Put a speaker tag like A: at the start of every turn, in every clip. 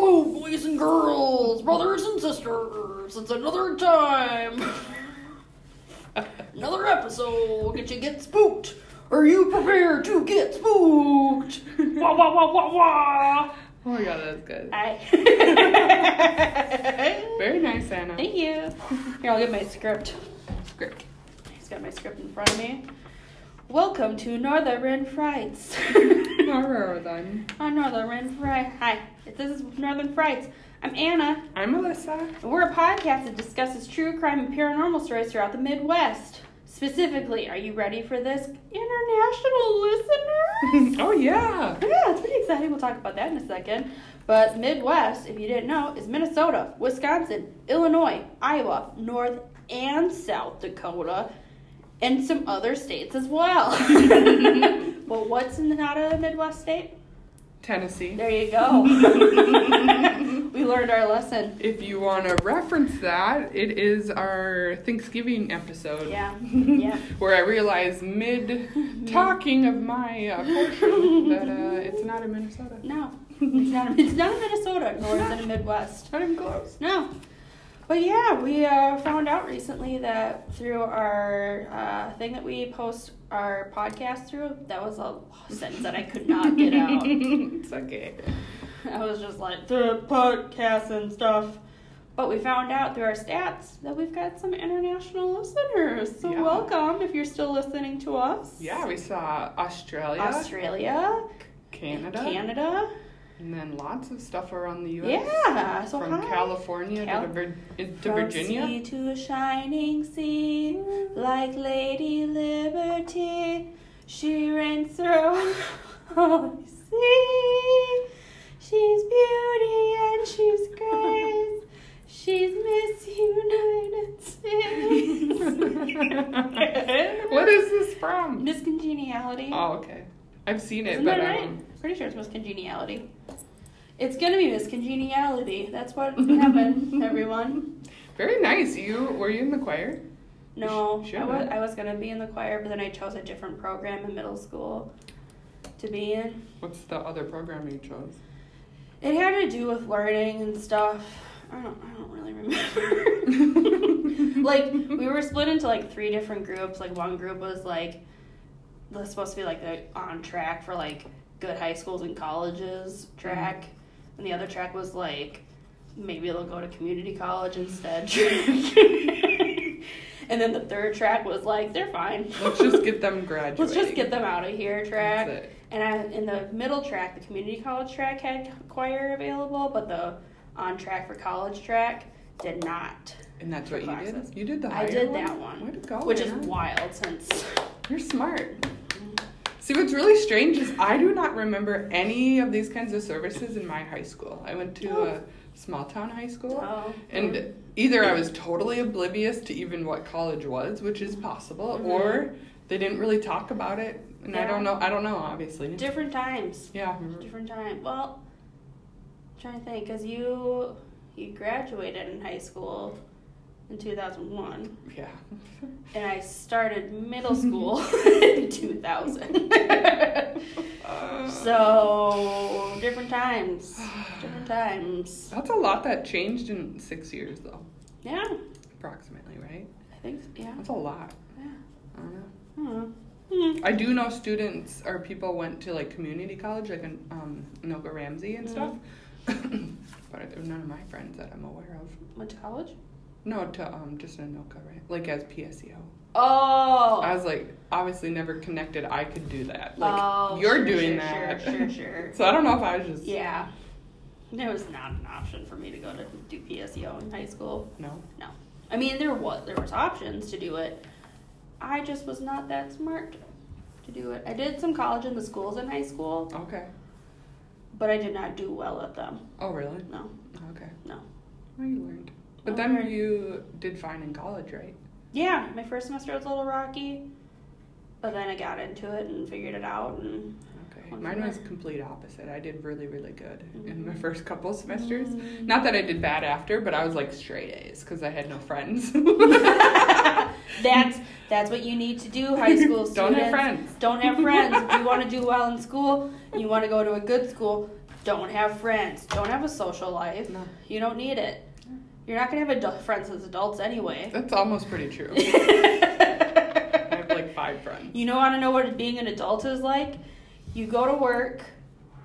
A: boys and girls, brothers and sisters, it's another time. another episode. Did you get spooked? Are you prepared to get spooked? wah, wah, wah, wah, wah.
B: Oh my god, that's good.
A: I-
B: Very nice, Anna.
A: Thank you. Here, I'll get my script.
B: Script.
A: He's got my script in front of me. Welcome to Northern Frights.
B: Horror then.
A: On Northern Frights. Hi, this is Northern Frights. I'm Anna.
B: I'm Melissa.
A: and We're a podcast that discusses true crime and paranormal stories throughout the Midwest. Specifically, are you ready for this, international listeners?
B: oh yeah.
A: yeah, it's pretty exciting. We'll talk about that in a second. But Midwest, if you didn't know, is Minnesota, Wisconsin, Illinois, Iowa, North and South Dakota, and some other states as well. but what's not a Midwest state?
B: Tennessee.
A: There you go. we learned our lesson.
B: If you want to reference that, it is our Thanksgiving episode.
A: Yeah, yeah.
B: Where I realized mid talking of my uh, portion that uh, it's not in Minnesota.
A: No, it's not. It's not in Minnesota, nor is it in Midwest.
B: Not even close.
A: No. But yeah, we uh, found out recently that through our uh, thing that we post our podcast through, that was a sentence that I could not get out.
B: it's okay.
A: I was just like the podcast and stuff. But we found out through our stats that we've got some international listeners. So
B: Yeah.
A: welcome if you're still listening to us.
B: Yeah, we saw Australia,
A: Australia,
B: Canada,
A: Canada.
B: and then lots of stuff around the U.S.
A: Yeah. So
B: From
A: hi.
B: California
A: Cal-
B: to, Vir- to
A: From
B: Virginia.
A: sea to a shining sea, like Lady Liberty, she reigns through all the sea. She's beauty and she's grace. She's Miss United States.
B: what is this from?
A: Miss Congeniality?
B: Oh, okay. I've seen it,
A: Isn't
B: but um,
A: that
B: I
A: right?
B: don't.
A: Pretty sure it's Miss Congeniality. It's gonna be Miss Congeniality. That's what happened, everyone.
B: Very nice. You were you in the choir?
A: No,
B: You
A: I
B: sh- should
A: was,
B: have.
A: I was gonna be in the choir, but then I chose a different program in middle school to be in.
B: What's the other program you chose?
A: It had to do with learning and stuff. I don't, I don't really remember. like we were split into like three different groups. Like one group was like was supposed to be like the on track for like good high schools and colleges
B: Mm-hmm.
A: track, and the other track was like maybe they'll go to community college instead. and then the third track was like they're fine.
B: Let's just get them graduated.
A: Let's just get them out of here track.
B: That's it.
A: And I, in the middle track, the community college track had choir available, but the on track for college track did not.
B: And that's what you
A: Classes.
B: did. You did the
A: I
B: higher
A: did
B: one?
A: that one,
B: Way to go,
A: which is
B: Anna.
A: wild since.
B: You're smart. See, what's really strange is I do not remember any of these kinds of services in my high school. I went to a small town high school,
A: Oh.
B: and either I was totally oblivious to even what college was, which is possible, or they didn't really talk about it, and I don't
A: Yeah.
B: know. I don't know, obviously.
A: Different times.
B: Yeah.
A: Different time. Well, I'm trying to think, because you, you graduated in high school in 2001,
B: Yeah.
A: and I started middle school in 2000.
B: Uh,
A: So different times, different times.
B: that's a lot that changed in six years, though,
A: Yeah,
B: approximately, right?
A: I think so. yeah.
B: That's a lot.
A: Yeah.
B: I don't know.
A: I don't know. Hmm.
B: I do know students or people went to like community college, like in um, Noga Ramsey and stuff.
A: Mm-hmm.
B: but there were none of my friends that I'm aware of.
A: Went to college.
B: No, to um, just Anoka, right? Like as PSEO.
A: Oh.
B: I was like, obviously never connected. I could do that. Like
A: oh,
B: you're
A: sure, sure,
B: doing that.
A: Sure, sure, sure.
B: so I don't know if I was just
A: yeah. There was not an option for me to go to do PSEO in high school.
B: no.
A: No, I mean there was there was options to do it. I just was not that smart to do it. I did some college in the schools in high school,
B: Okay.
A: but I did not do well at them.
B: Oh really?
A: No,
B: Okay.
A: no.
B: Well, you learned. But
A: Okay.
B: then you did fine in college, right?
A: Yeah, my first semester was a little rocky, but then I got into it and figured it out. And
B: Okay.
A: Went
B: Mine
A: from
B: was complete opposite. I did really, really good in my
A: Mhm.
B: first couple semesters.
A: Mm.
B: Not that I did bad after, but I was like straight A's because I had no friends.
A: that's that's what you need to do, high school students.
B: Don't have friends.
A: Don't have friends. if you want to do well in school, you want to go to a good school. Don't have friends. Don't have a social life.
B: No.
A: You don't need it.
B: No.
A: You're not gonna have adult friends as adults anyway.
B: That's almost pretty true. I have like five friends.
A: You know, want to know what being an adult is like? You go to work,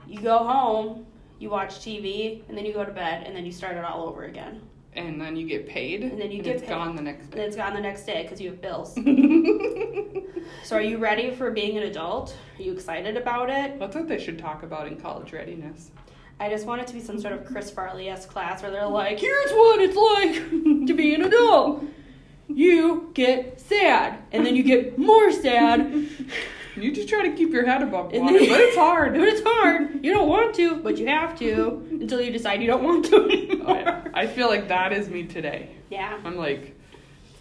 A: you go home, you watch TV, and then you go to bed, and then you start it all over again.
B: And then you get paid.
A: And then you get
B: it's
A: paid.
B: gone the next
A: And
B: day.
A: it's gone the next day because you have bills.
B: That's
A: So, are you ready for being an adult? Are you excited about it?
B: what they should talk about in college readiness.
A: I just want it to be some sort of Chris Farley esque class where they're like, here's what it's like to be an adult. You get sad, and then you get more sad,
B: You just try to keep your head above water,
A: And
B: but
A: then-
B: it's hard.
A: But it's hard. You don't want to, but you have to until you decide you don't want to anymore.
B: Oh, yeah. I feel like that is me today.
A: yeah.
B: I'm like,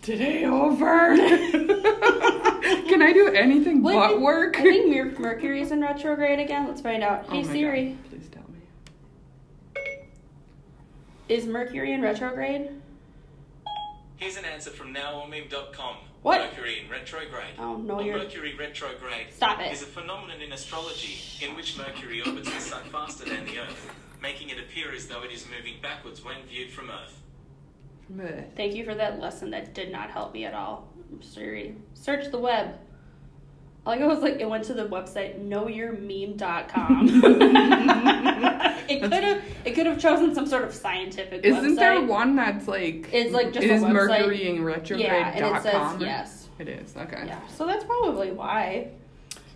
B: today over. Can I do anything
A: Well, I
B: but
A: think-
B: work?
A: I think Mer- Mercury is in retrograde again. Let's find out.
B: Oh
A: Hey
B: my
A: Siri,
B: God, Please tell me.
A: is Mercury in retrograde?
C: Here's an answer from nowomim.com.
A: What?
C: Mercury in retrograde.
A: Oh no,
C: Or
A: you're.
C: Mercury retrograde
A: Stop it.
C: is a phenomenon in astrology in which Mercury orbits the Sun faster than the Earth, making it appear as though it is moving backwards when viewed from Earth.
B: Meh.
A: Thank you for that lesson. That did not help me at all. Siri, search the web. Like I was like, it went to the website knowyourmeme.com. it could have, it could have chosen some sort of scientific.
B: Isn't
A: website.
B: there one that's like
A: It's like just a
B: is
A: website.
B: Mercury in retrograde
A: Yeah, and it
B: dot
A: says
B: com?
A: yes.
B: It is okay.
A: Yeah, so that's probably why.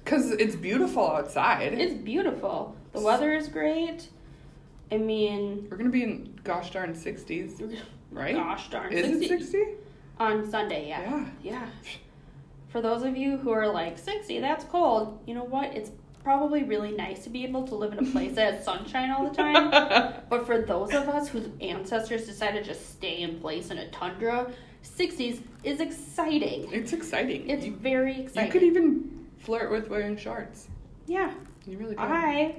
B: Because it's beautiful outside.
A: It's beautiful. The weather is great. I mean,
B: We're gonna be in gosh darn sixties, right?
A: gosh darn,
B: is
A: 60
B: it sixty?
A: on Sunday. Yeah.
B: Yeah.
A: yeah, For those of you who are like sixty, that's cold. You know what? It's probably really nice to be able to live in a place that has sunshine all the time. But for those of us whose ancestors decided to just stay in place in a tundra, sixties is exciting.
B: it's exciting.
A: It's
B: you,
A: very exciting.
B: you could even flirt with wearing shorts.
A: yeah.
B: You really could.
A: I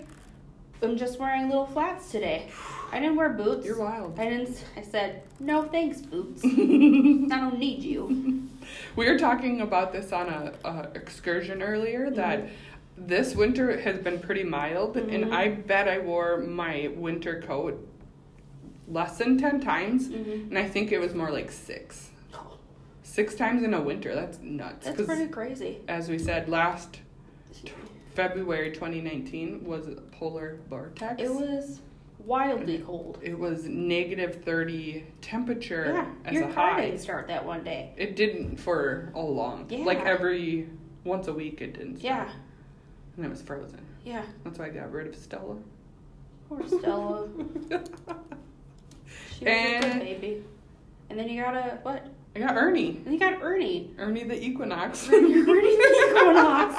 A: am just wearing little flats today. I didn't wear boots.
B: You're wild.
A: I didn't. s- I said no, thanks, boots. I
B: we
A: don't need you.
B: were talking about this on a, a excursion earlier
A: Mm-hmm.
B: that this winter has been pretty mild,
A: Mhm.
B: and I bet I wore my winter coat less than ten times,
A: Mhm.
B: and I think it was more like six, six times in a winter. That's nuts.
A: That's
B: 'cause
A: pretty crazy.
B: as we said last February 2019 was a polar vortex.
A: It was wildly cold.
B: It was negative 30 temperature
A: Yeah,
B: as
A: your
B: a
A: car
B: high.
A: didn't start that one day.
B: It didn't for a long.
A: Yeah.
B: Like every once a week it didn't. start.
A: Yeah,
B: And it was frozen.
A: yeah.
B: That's why I got rid of Stella.
A: Poor Stella. She was a
B: And-
A: good baby. And then you got a what?
B: I got Ernie.
A: And you got Ernie.
B: Ernie the Equinox.
A: Ernie the Equinox.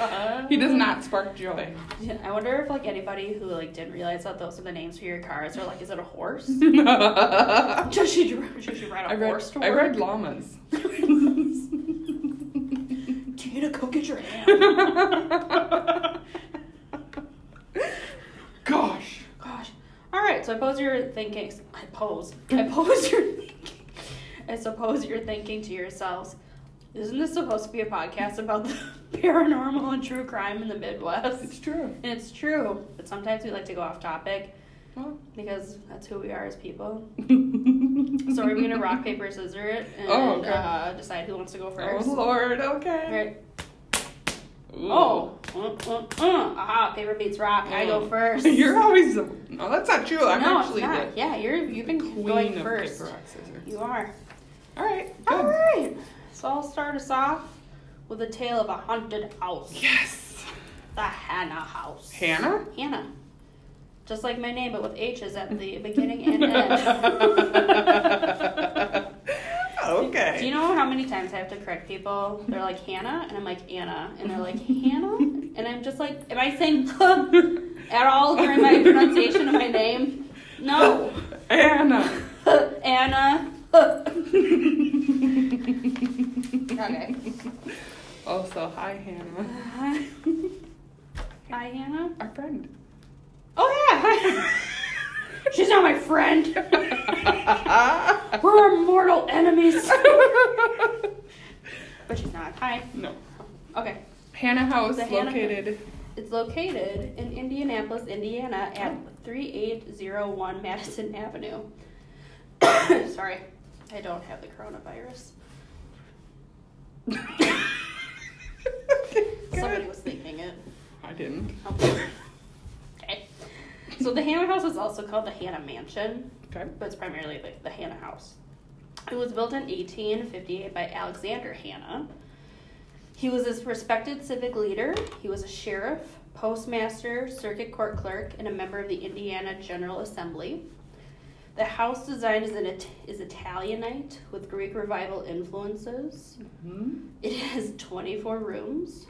A: Uh,
B: he does not spark joy.
A: I wonder if like anybody who like didn't realize that those are the names for your cars are like, is it a horse?
B: I
A: Should she, dri- should she ride a
B: read,
A: horse to
B: I
A: work?
B: read llamas.
A: Tina, go get your hand.
B: Gosh.
A: Gosh. All right. So I pose your thinking. I pose. I pose your thinking. I suppose you're thinking to yourselves, isn't this supposed to be a podcast about the paranormal and true crime in the Midwest?
B: It's true.
A: And it's true, but sometimes we like to go off topic
B: Well.
A: because that's who we are as people.
B: so
A: So we're gonna rock paper scissors and
B: Oh, okay.
A: uh, decide who wants to go
B: Oh
A: first.
B: Lord, okay.
A: All right.
B: Ooh.
A: Oh, mm, mm, mm. aha! Paper beats rock. I go
B: Mm.
A: first.
B: You're always the- no. That's not true. I'm
A: no,
B: actually
A: it's not.
B: the
A: Yeah, you're you've been
B: queen
A: going
B: of
A: first.
B: paper rock scissors.
A: You are.
B: All right. Good.
A: All right. So I'll start us off with a tale of a haunted house.
B: Yes.
A: The Hannah House.
B: Hannah.
A: Hannah. Just like my name, but with H's at the beginning and end.
B: okay.
A: Do you know how many times I have to correct people? They're like Hannah, and I'm like Anna, and they're like Hannah, and I'm just like, am I saying at all during my pronunciation of my name? No,
B: Anna.
A: Anna. okay.
B: Also, hi Hannah,
A: Hi, Hannah.
B: our friend.
A: Oh yeah, hi. She's not my friend. We're mortal enemies. but she's not. Hi.
B: no.
A: Okay.
B: Hannah House,
A: The Hannah-
B: located
A: It's located in Indianapolis, Indiana at 3801 Madison Avenue. Sorry, I don't have the coronavirus. Somebody
B: Good.
A: was thinking it.
B: I didn't.
A: Okay. So the Hannah House is also called the Hannah Mansion,
B: Okay.
A: but it's primarily the, the Hannah House. It was built in 1858 by Alexander Hannah. He was a respected civic leader. He was a sheriff, postmaster, circuit court clerk, and a member of the Indiana General Assembly. The house design is, an, It- is Italianite with Greek Revival influences.
B: Hmm.
A: It has 24 rooms,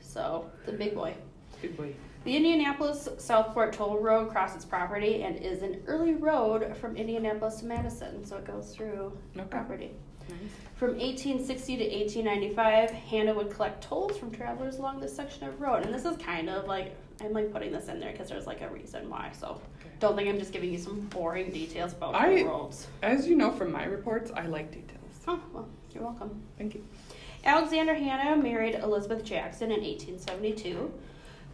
A: so it's a big boy.
B: Good boy.
A: The Indianapolis Southport Toll Road crosses property and is an early road from Indianapolis to Madison, so it goes through
B: Okay.
A: property.
B: Nice.
A: From 1860 to 1895, Hannah would collect tolls from travelers along this section of road. And this is kind of like, I'm like putting this in there because there's like a reason why. So
B: Okay.
A: don't think I'm just giving you some boring details about
B: I-
A: toll roads.
B: As you know from my reports, I like details.
A: Oh, well, you're welcome.
B: Thank you.
A: Alexander Hanna married Elizabeth Jackson in 1872.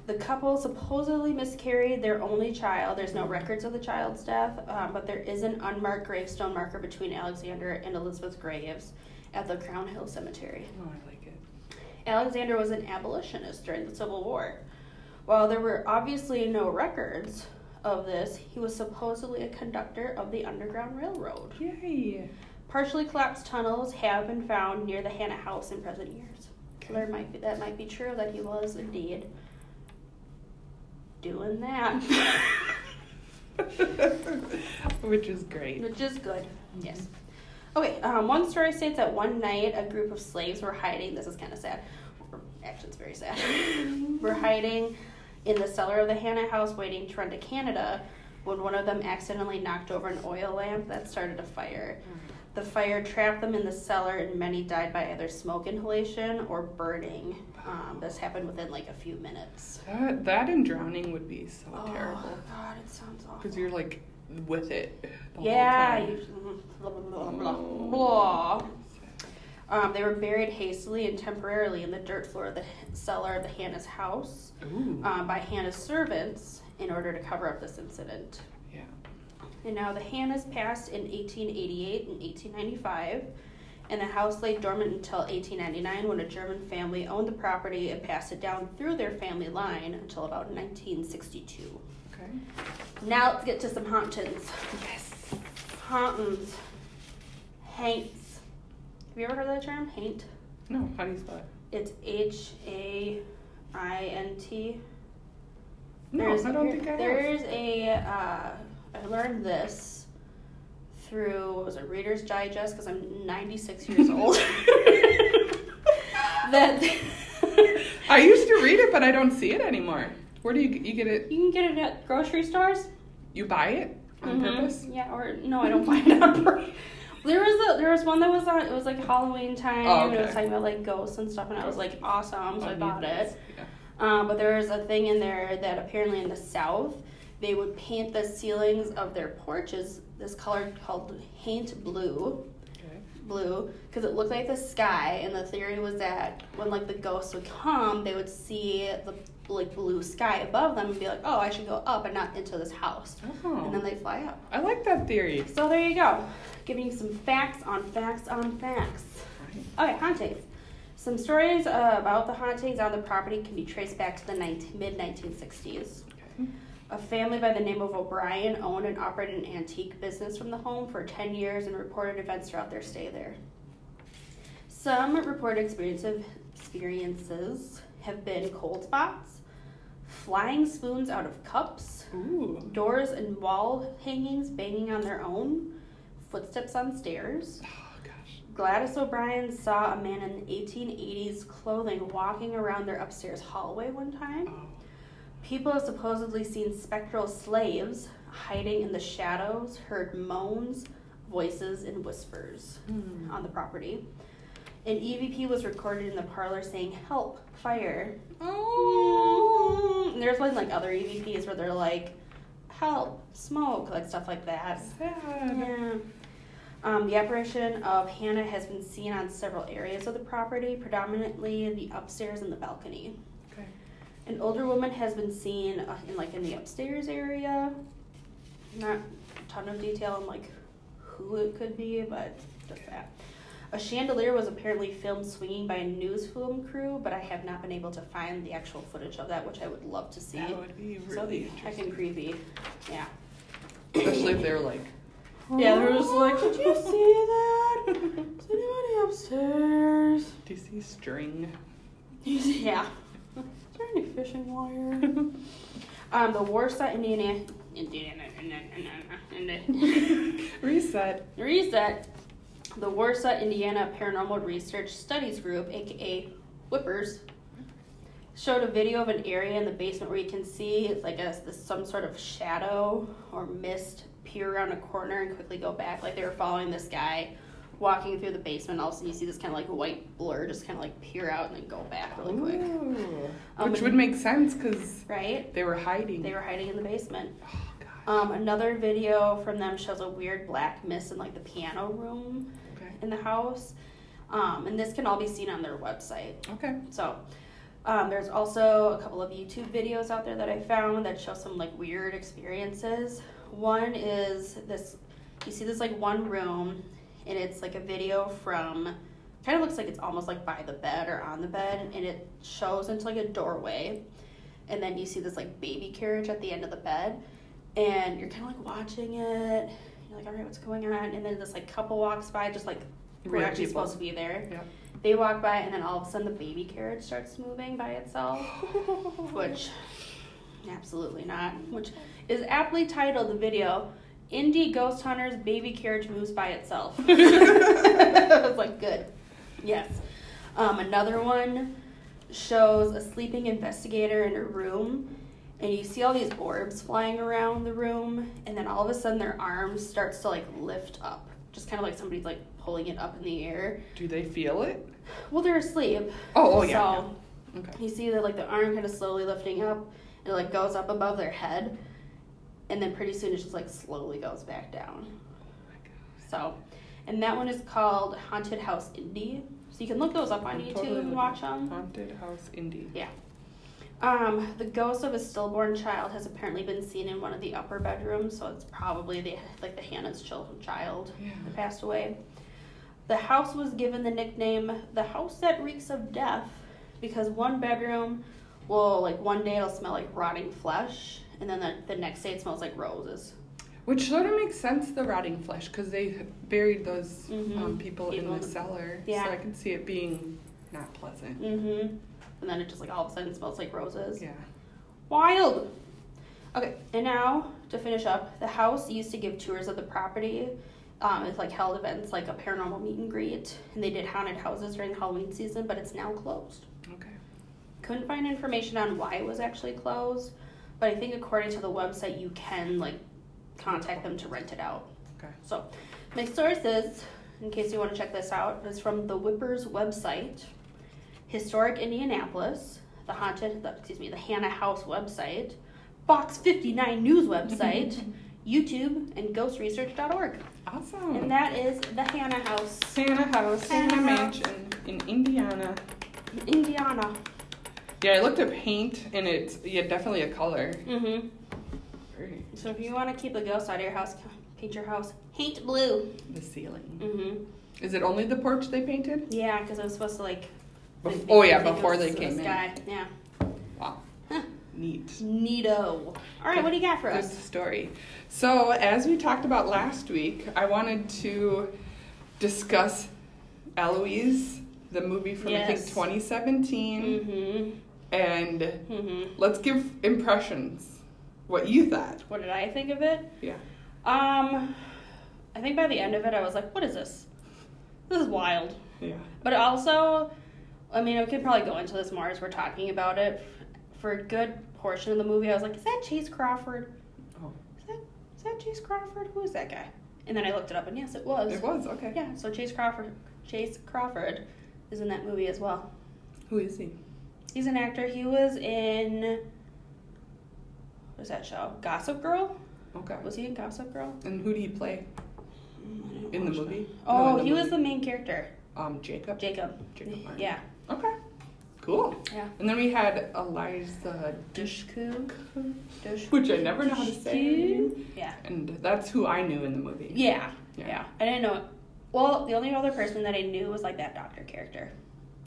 A: The couple supposedly miscarried their only child. There's no records of the child's death, um, but there is an unmarked gravestone marker between Alexander and Elizabeth's graves at the Crown Hill Cemetery.
B: Oh, I like it.
A: Alexander was an abolitionist during the Civil War. While there were obviously no records of this, he was supposedly a conductor of the Underground Railroad.
B: Yay.
A: Partially collapsed tunnels have been found near the Hannah House in present years. So there might be that might be true that he was indeed doing that,
B: Which is great.
A: which is good. Yes. Okay. Um, one story states that one night a group of slaves were hiding. This is kind of sad. Actually, it's very sad. were hiding in the cellar of the Hannah House, waiting to run to Canada, when one of them accidentally knocked over an oil lamp that started a fire. The fire trapped them in the cellar, and many died by either smoke inhalation or burning. Um, this happened within like a few minutes.
B: That, that and drowning would be so terrible.
A: Oh, God, it sounds awful.
B: Because you're like with it. The
A: yeah,
B: Whole time.
A: you, mm-hmm, blah, blah, blah, blah, blah. Um, they were buried hastily and temporarily in the dirt floor of the cellar of the Hannah's house
B: Ooh.
A: um, by Hannah's servants in order to cover up this incident.
B: yeah.
A: And now the Hannahs passed in 1888 and 1895, and the house lay dormant until 1899 when a German family owned the property and passed it down through their family line until about 1962.
B: Okay.
A: Now let's get to some hauntings.
B: Yes.
A: Hauntings. Haints. Have you ever heard that term? Haint?
B: No, how do you spell it?
A: It's H A I N T.
B: No,
A: There's-
B: I don't think I have.
A: There's a, uh, I learned this through, what was it, Reader's Digest, because I'm 96 years old. that
B: I used to read it, but I don't see it anymore. Where do you you get it?
A: you can get it at grocery stores.
B: You buy it on
A: Mhm.
B: purpose?
A: Yeah, or no, I don't buy it on purpose. There was a, there was one that was on. It was like Halloween time.
B: Oh,
A: And it was
B: okay. Oh,
A: talking about like ghosts and stuff, and I was like, awesome. So I
B: need
A: bought
B: this.
A: it.
B: Yeah.
A: Um, but there was a thing in there that apparently in the South, they would paint the ceilings of their porches this color called haint blue,
B: Okay.
A: blue, because it looked like the sky. And the theory was that when like the ghosts would come, they would see the like blue sky above them and be like, oh, I should go up and not into this house.
B: Oh.
A: And then they fly up.
B: I like that theory.
A: So there you go, giving you some facts on facts on facts. Okay, hauntings. Some stories uh, about the hauntings on the property can be traced back to the mid 1960s.
B: Okay.
A: A family by the name of O'Brien owned and operated an antique business from the home for 10 years and reported events throughout their stay there. Some reported experience of- experiences have been cold spots, flying spoons out of cups,
B: Ooh.
A: doors and wall hangings banging on their own, footsteps on stairs.
B: Oh gosh.
A: Gladys O'Brien saw a man in 1880s clothing walking around their upstairs hallway one time.
B: Oh.
A: People have supposedly seen spectral slaves hiding in the shadows, heard moans, voices, and whispers
B: Hmm.
A: on the property. An EVP was recorded in the parlor saying, Help, fire. And there's been like other EVPs where they're like, Help, smoke, like stuff like that.
B: Sad.
A: Yeah. Um, the apparition of Hannah has been seen on several areas of the property, predominantly the upstairs and the balcony.
B: Okay.
A: An older woman has been seen uh, in like in the upstairs area. Not a ton of detail on like who it could be, but just that. A chandelier was apparently filmed swinging by a news film crew, but I have not been able to find the actual footage of that, which I would love to see.
B: That would be
A: so
B: really
A: heckin'
B: interesting.
A: creepy. Yeah.
B: Especially if they were like,
A: Yeah, they were just like, "Did you see that? Is
B: Do
A: anybody upstairs?
B: you see string?
A: yeah. Is there any fishing wire? um, the Warsaw, Indiana, Indiana, Indiana, Indiana, Indiana.
B: Reset.
A: Reset. The Warsaw, Indiana Paranormal Research Studies Group, aka Whippers, showed a video of an area in the basement where you can see like a, some sort of shadow or mist peer around a corner and quickly go back. Like they were following this guy walking through the basement. All of a sudden, you see this kind of like white blur just kind of like peer out and then go back really quick.
B: Ooh.
A: Um,
B: Which
A: and-
B: would make sense because
A: Right?
B: they were hiding.
A: They were hiding in the basement.
B: Oh, God.
A: Um, another video from them shows a weird black mist in like the piano room.
B: Okay.
A: in the house. Um, and this can all be seen on their website.
B: Okay.
A: So um, there's also a couple of YouTube videos out there that I found that show some like weird experiences. One is this you see this like one room, and it's like a video from kind of looks like it's almost like by the bed or on the bed, and it shows into like a doorway. And then you see this like baby carriage at the end of the bed, and you're kind of like watching it. You're like, all right, what's going on? And then this like couple walks by, just like we're
B: Real
A: actually
B: people.
A: supposed to be there.
B: Yep.
A: They walk by, and then all of a sudden the baby carriage starts moving by itself, which absolutely not. Which is aptly titled the video Indie Ghost Hunters Baby Carriage Moves by Itself. I was like, good. Yes. Um, another one shows a sleeping investigator in a room, and you see all these orbs flying around the room, and then all of a sudden their arm starts to like lift up, just kind of like somebody's like pulling it up in the air.
B: Do they feel it?
A: Well, they're asleep.
B: Oh, oh, yeah,
A: So
B: yeah. Okay.
A: you see that like the arm kind of slowly lifting up, and it like goes up above their head, and then pretty soon it just like slowly goes back down. So, and that one is called Haunted House Indie. So you can look those up on
B: I'm
A: YouTube
B: totally
A: and
B: looking
A: watch
B: at
A: them.
B: Haunted house indie.
A: Um, the ghost of a stillborn child has apparently been seen in one of the upper bedrooms, so it's probably the like the Hannah's chil- child
B: Yeah.
A: that passed away. The house was given the nickname "the house that reeks of death" because one bedroom will like one day it'll smell like rotting flesh, and then the, the next day it smells like roses.
B: Which sort of makes sense, the rotting flesh, because they buried those um,
A: Mhm.
B: people,
A: People.
B: in the cellar.
A: Yeah.
B: So I can see it being not pleasant.
A: Mm-hmm. And then it just like all of a sudden smells like roses.
B: Yeah.
A: Wild. Okay, and now to finish up, the house used to give tours of the property. Um, it's like held events like a paranormal meet and greet, and they did haunted houses during the Halloween season, but it's now closed.
B: Okay.
A: Couldn't find information on why it was actually closed, but I think according to the website, you can like contact them to rent it out.
B: Okay.
A: So, my sources, in case you want to check this out, is from the Whippers website, Historic Indianapolis, the haunted, the, excuse me, the Hannah House website, Box 59 News website, YouTube, and GhostResearch.org.
B: Awesome.
A: And that is the Hannah House,
B: Santa House,
A: Santa
B: Santa
A: House.
B: Mansion in Indiana.
A: in Indiana.
B: Yeah, I looked up paint, and it's yeah definitely a color.
A: Mm-hmm.
B: Very-
A: So if you want to keep the ghost out of your house, paint your house paint blue.
B: The ceiling.
A: Mm-hmm.
B: Is it only the porch they painted?
A: Yeah, because I was supposed to like.
B: Bef-
A: think-
B: oh yeah,
A: think it
B: before
A: was
B: they
A: the
B: came in.
A: sky. Yeah.
B: Wow.
A: Huh.
B: Neat.
A: Neato. All right, what do you got for
B: Good
A: us?
B: story. So as we talked about last week, I wanted to discuss Eloise, the movie from I
A: Yes.
B: think 2017,
A: Mm-hmm.
B: and
A: Mm-hmm.
B: let's give impressions. What you thought?
A: What did I think of it?
B: Yeah.
A: Um, I think by the end of it, I was like, "What is this? This is wild."
B: Yeah.
A: But also, I mean, we could probably go into this more as we're talking about it. For a good portion of the movie, I was like, "Is that Chase Crawford?
B: Oh.
A: Is that is that Chase Crawford? Who is that guy?" And then I looked it up, and yes, it was.
B: It was okay.
A: Yeah. So Chase Crawford, Chase Crawford, is in that movie as well.
B: Who is he?
A: He's an actor. He was in. What was that show? Gossip Girl?
B: Okay.
A: Was he in Gossip Girl?
B: And who did he play in the movie? No,
A: Oh,
B: in
A: he was
B: movie.
A: the main character,
B: um Jacob.
A: Jacob.
B: Jacob Martin.
A: Yeah.
B: Okay. Cool.
A: Yeah.
B: And then we had Eliza Dushku,
A: Dushku. Dushku.
B: which I never know how to say.
A: Yeah.
B: And that's who I knew in the movie.
A: Yeah.
B: Yeah.
A: Yeah. I didn't know. Well, the only other person that I knew was like that doctor character.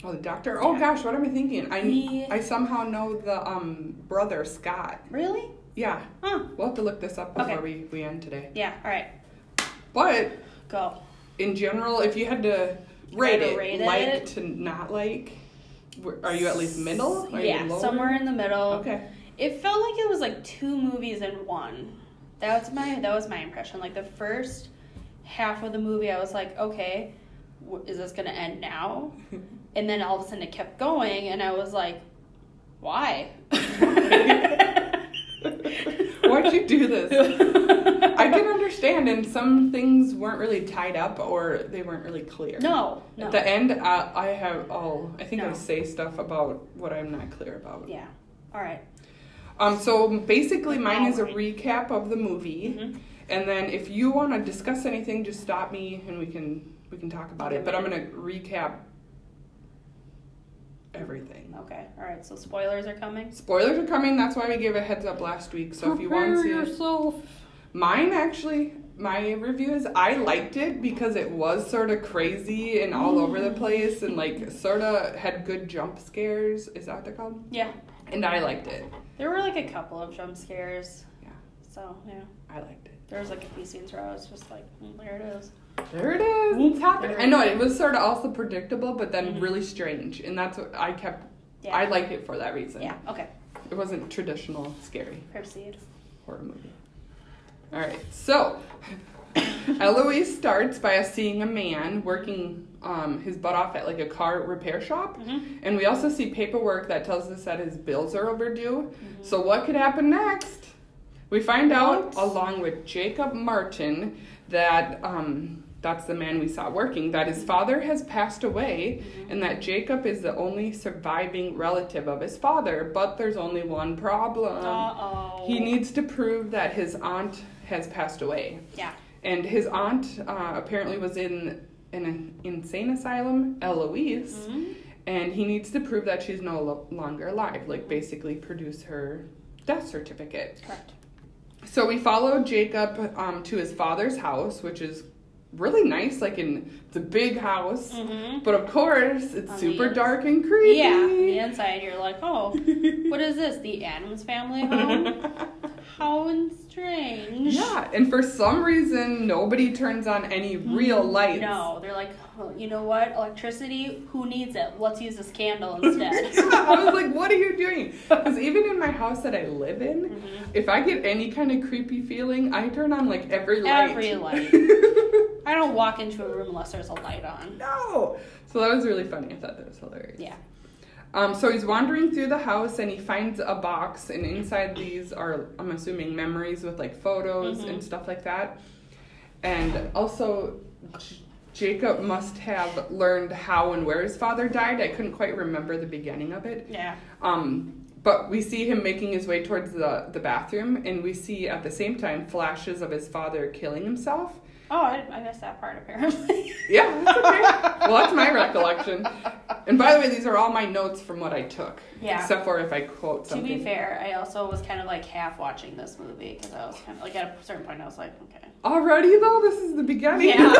B: Oh, the doctor. Oh
A: Yeah.
B: gosh, what am I thinking? I
A: He-
B: I somehow know the um brother Scott.
A: Really?
B: Yeah.
A: Huh.
B: We'll have to look this up before
A: Okay.
B: we, we end today.
A: Yeah. All right.
B: But
A: Go.
B: in general, if you had to rate,
A: to
B: it,
A: rate
B: like
A: it?
B: to not like, were- are you at least middle? Are you
A: yeah.
B: lower?
A: Somewhere in the middle.
B: Okay.
A: It felt like it was like two movies in one. That was my that was my impression. Like the first half of the movie, I was like, okay, w- is this gonna end now? And then all of a sudden, it kept going, and I was like, why?
B: Why'd you do this? I can understand, and some things weren't really tied up or they weren't really clear.
A: No, no.
B: At the end, I, I have all. I think I
A: No.
B: say stuff about what I'm not clear about.
A: yeah. All right.
B: Um. So basically, mine is a
A: Alright.
B: recap of the movie,
A: Mhm.
B: and then if you want to discuss anything, just stop me and we can we can talk about
A: Okay,
B: it. But I'm
A: wait.
B: gonna recap everything.
A: Okay. All right. So spoilers are coming.
B: Spoilers are coming. That's why we gave a heads up last week. So if you want to
A: Prepare
B: see it,
A: yourself.
B: Mine actually, my review is I liked it because it was sort of crazy and all over
A: Mm.
B: the place and like sort of had good jump scares. Is that what they're called?
A: Yeah.
B: And I liked it.
A: There were like a couple of jump scares.
B: Yeah.
A: So yeah.
B: I liked it.
A: There was like a few scenes where I was just like,
B: Hmm.
A: mm, there it is.
B: There it is. It's happening.
A: There
B: I know it was sort of also predictable, but then
A: Mhm.
B: really strange, and that's what I kept.
A: Yeah.
B: I like it for that reason.
A: Yeah. Okay.
B: It wasn't traditional scary
A: Proceed.
B: horror movie. All right, so Eloise starts by seeing a man working um, his butt off at like a car repair shop.
A: Mhm.
B: And we also see paperwork that tells us that his bills are overdue. So, what could happen next? We find out,
A: What?
B: along with Jacob Martin, that um, that's the man we saw working, that his father has passed away, and that Jacob is the only surviving relative of his father. But there's only one problem.
A: uh oh.
B: He needs to prove that his aunt has passed away.
A: Yeah.
B: And his aunt uh, apparently was in an insane asylum, Eloise,
A: Mhm.
B: and he needs to prove that she's no lo- longer alive, like basically produce her death certificate.
A: Correct.
B: So we follow Jacob um, to his father's house, which is really nice, like in the big house.
A: Mhm.
B: But of course, it's
A: On the
B: super
A: ins-
B: dark and Mm-hmm. creepy.
A: Yeah. On the inside, you're like, oh, what is this? The Adams family home? How strange.
B: Yeah, and for some reason, nobody turns on any real lights.
A: Mm-hmm. No, they're like, oh, you know what? Electricity? Who needs it? Let's use this candle instead.
B: I was like, what are you doing? Because even in my house that I live in,
A: Mm-hmm.
B: if I get any kind of creepy feeling, I turn on like every light.
A: Every light. I don't walk into a room unless there's a light on.
B: no! So that was really funny. I thought that was hilarious.
A: Yeah.
B: Um, so he's wandering through the house and he finds a box, and inside these are, I'm assuming, memories with like photos
A: Mm-hmm.
B: and stuff like that. And also, J- Jacob must have learned how and where his father died. I couldn't quite remember the beginning of it.
A: Yeah.
B: Um, but we see him making his way towards the, the bathroom, and we see at the same time flashes of his father killing himself.
A: Oh, I, I missed that part apparently.
B: Yeah, that's okay. well, that's my recollection. And by the way, these are all my notes from what I took.
A: Yeah.
B: Except for if I quote
A: to
B: something.
A: be fair, I also was kind of like half watching this movie because I was kind of like at a certain point I was like, okay.
B: Already though, this is the beginning.
A: Yeah.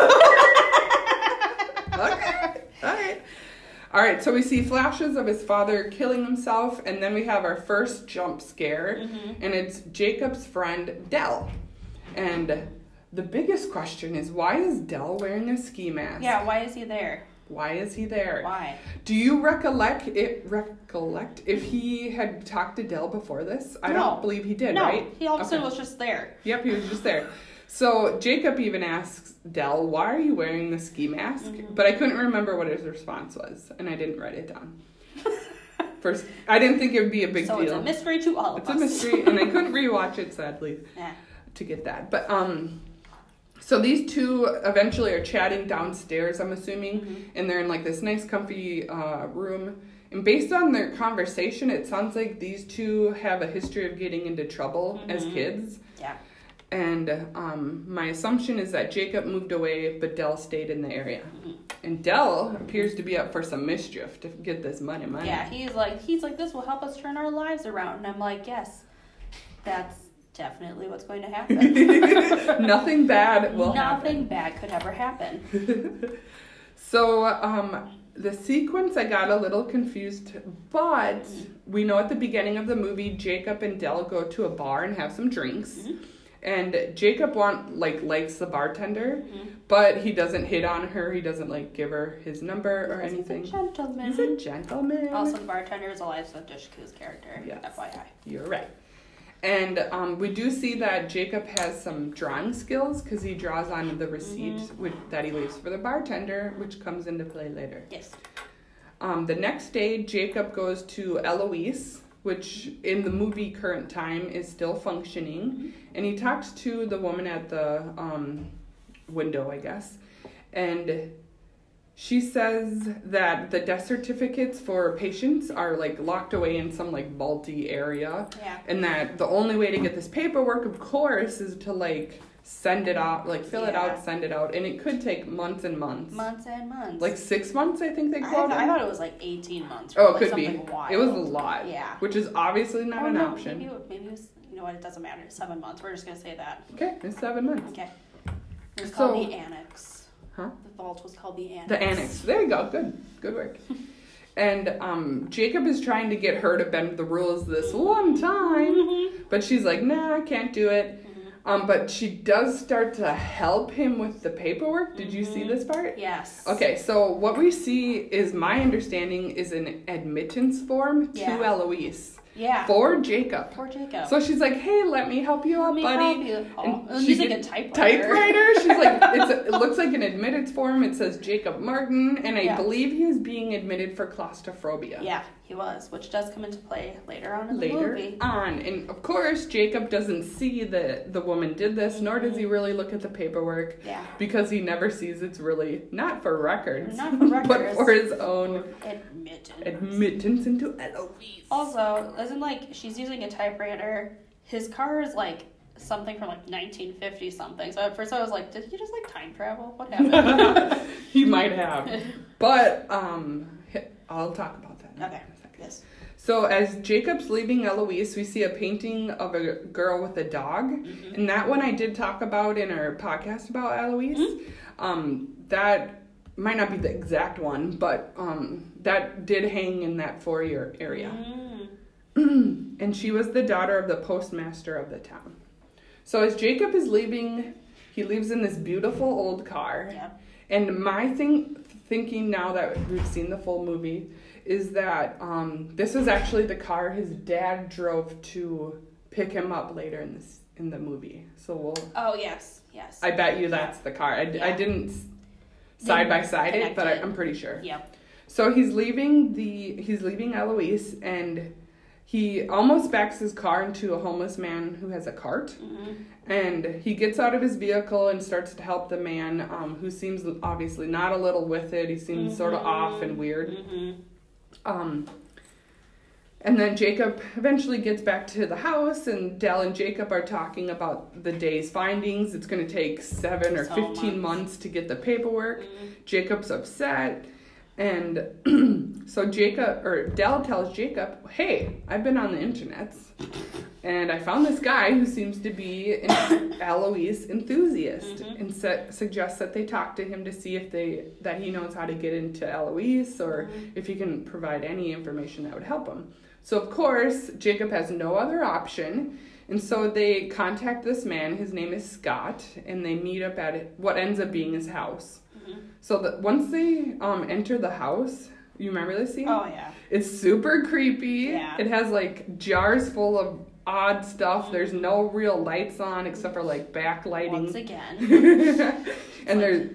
B: okay. All right. All right. So we see flashes of his father killing himself, and then we have our first jump scare,
A: Mm-hmm.
B: and it's Jacob's friend Dell. And the biggest question is why is Dell wearing a ski mask?
A: yeah, why is he there?
B: Why is he there?
A: Why?
B: Do you recollect it? Recollect if he had talked to Dell before this? I
A: No.
B: don't believe he did.
A: no,
B: right?
A: he all of a sudden
B: Okay.
A: was just there.
B: Yep, he was just there. So Jacob even asks Dell, "Why are you wearing the ski mask?"
A: Mm-hmm.
B: But I couldn't remember what his response was, and I didn't write it down. First, I didn't think it would be a big
A: so
B: deal.
A: it's a mystery to all
B: It's a
A: of us.
B: mystery, and I couldn't rewatch it sadly
A: yeah.
B: to get that. But um, so these two eventually are chatting downstairs. I'm assuming,
A: Mm-hmm.
B: and they're in like this nice, comfy uh, room. And based on their conversation, it sounds like these two have a history of getting into trouble as
A: Mm-hmm.
B: kids.
A: Yeah. Mm-hmm.
B: And um, my assumption is that Jacob moved away, but Dell stayed in the area. And Dell appears to be up for some mischief to get this money, money.
A: Yeah, he's like he's like this will help us turn our lives around, and I'm like, yes, that's definitely what's going to happen.
B: Nothing bad will
A: Nothing bad could ever happen.
B: happen. so, um, the sequence I got a little confused, but we know at the beginning of the movie Jacob and Dell go to a bar and have some drinks.
A: Mhm.
B: And Jacob want like likes the bartender,
A: Mhm.
B: but he doesn't hit on her. He doesn't like give her his number or
A: Because
B: anything.
A: He's a gentleman.
B: He's a gentleman.
A: also, the bartender is Eliza Dushku's character.
B: Yes.
A: FYI.
B: You're right. And um, we do see that Jacob has some drawing skills because he draws on the receipt which, that he leaves for the bartender, which comes into play later.
A: Yes.
B: Um, the next day, Jacob goes to Eloise, which in the movie current time is still functioning, and he talks to the woman at the um, window, I guess, and she says that the death certificates for patients are like locked away in some like vaulty area,
A: Yeah.
B: and that the only way to get this paperwork, of course, is to like send it out, like fill it
A: Yeah.
B: out, send it out, and it could take months and months.
A: Months and months.
B: Like six months, I think they
A: I,
B: quoted.
A: I thought it was like 18 months. or,
B: Oh,
A: like,
B: it could be.
A: something Wild.
B: It was a lot.
A: Yeah.
B: Which is obviously not
A: Oh,
B: an
A: no,
B: option.
A: Maybe, it- maybe it was, you know what? It doesn't matter. Seven months. We're just gonna say that.
B: Okay, it's seven months.
A: Okay. It was called
B: So-
A: the annex.
B: Huh?
A: The vault was called the annex.
B: The annex. There you go. Good. Good work. and um, Jacob is trying to get her to bend the rules this one time,
A: Mhm.
B: but she's like, nah, I can't do it.
A: Mm-hmm.
B: Um, but she does start to help him with the paperwork. Did you see
A: Mhm.
B: this part?
A: Yes.
B: Okay, so what we see is my understanding is an admittance form to
A: Yeah.
B: Eloise
A: Yeah.
B: for Jacob.
A: Poor Jacob.
B: So she's like, "Hey, let me help you
A: Let
B: out,
A: me
B: buddy."
A: help you. Oh,
B: And
A: she's
B: she
A: like a
B: did-
A: typewriter.
B: Typewriter. She's like, it's a, it looks like an admittance form. It says Jacob Martin, and I
A: Yeah.
B: believe he is being admitted for claustrophobia.
A: Yeah, he was, which does come into play later on in the
B: Later
A: movie.
B: on, and of course, Jacob doesn't see that the woman did this, nor does he
A: Mm-hmm.
B: really look at the paperwork
A: Yeah.
B: because he never sees it's really not for records,
A: Not for
B: but
A: records.
B: for his own
A: Admitted.
B: admittance into Eloise.
A: Also, isn't like she's using a typewriter. His car is like something from like 1950 something. So at first I was like, did he just like time travel? What happened?
B: he might have, but um, I'll talk about that. in
A: okay.
B: a second.
A: Yes.
B: So as Jacob's leaving Eloise, we see a painting of a girl with a dog, and that one I did talk about in our podcast about Eloise. Um, that might not be the exact one, but um, that did hang in that foyer area,
A: Mm.
B: and she was the daughter of the postmaster of the town. So as Jacob is leaving, he leaves in this beautiful old car.
A: Yeah.
B: And my thing, thinking now that we've seen the full movie, is that um, this is actually the car his dad drove to pick him up later in this in the movie. So we'll.
A: Oh yes. Yes.
B: I bet you that's the car. I, d- I
A: Yeah.
B: didn't s- side by side it,
A: connect
B: but I,
A: it.
B: I'm pretty sure.
A: Yep.
B: So he's leaving the he's leaving Eloise and. He almost backs his car into a homeless man who has a cart.
A: Mhm.
B: And he gets out of his vehicle and starts to help the man, um, who seems obviously not a little with it. He seems sort of off and weird.
A: Mhm.
B: Um, and then Jacob eventually gets back to the house, and Dell and Jacob are talking about the day's findings. It's going to take seven or
A: So
B: 15 months.
A: months.
B: to get the paperwork.
A: Mhm.
B: Jacob's upset. And so Jacob or Dell tells Jacob, "Hey, I've been on the internet, and I found this guy who seems to be an Eloise enthusiast,
A: Mhm.
B: and su- suggests that they talk to him to see if they that he knows how to get into Eloise or if he can provide any information that would help him." So of course, Jacob has no other option, and so they contact this man. His name is Scott, and they meet up at what ends up being his house.
A: Mhm.
B: So the, once they um, enter the house, you remember this scene?
A: Oh yeah.
B: It's super creepy.
A: Yeah. Mm-hmm.
B: It has like jars full of odd stuff. There's no real lights on except for
A: Once
B: like backlighting.
A: again.
B: and there's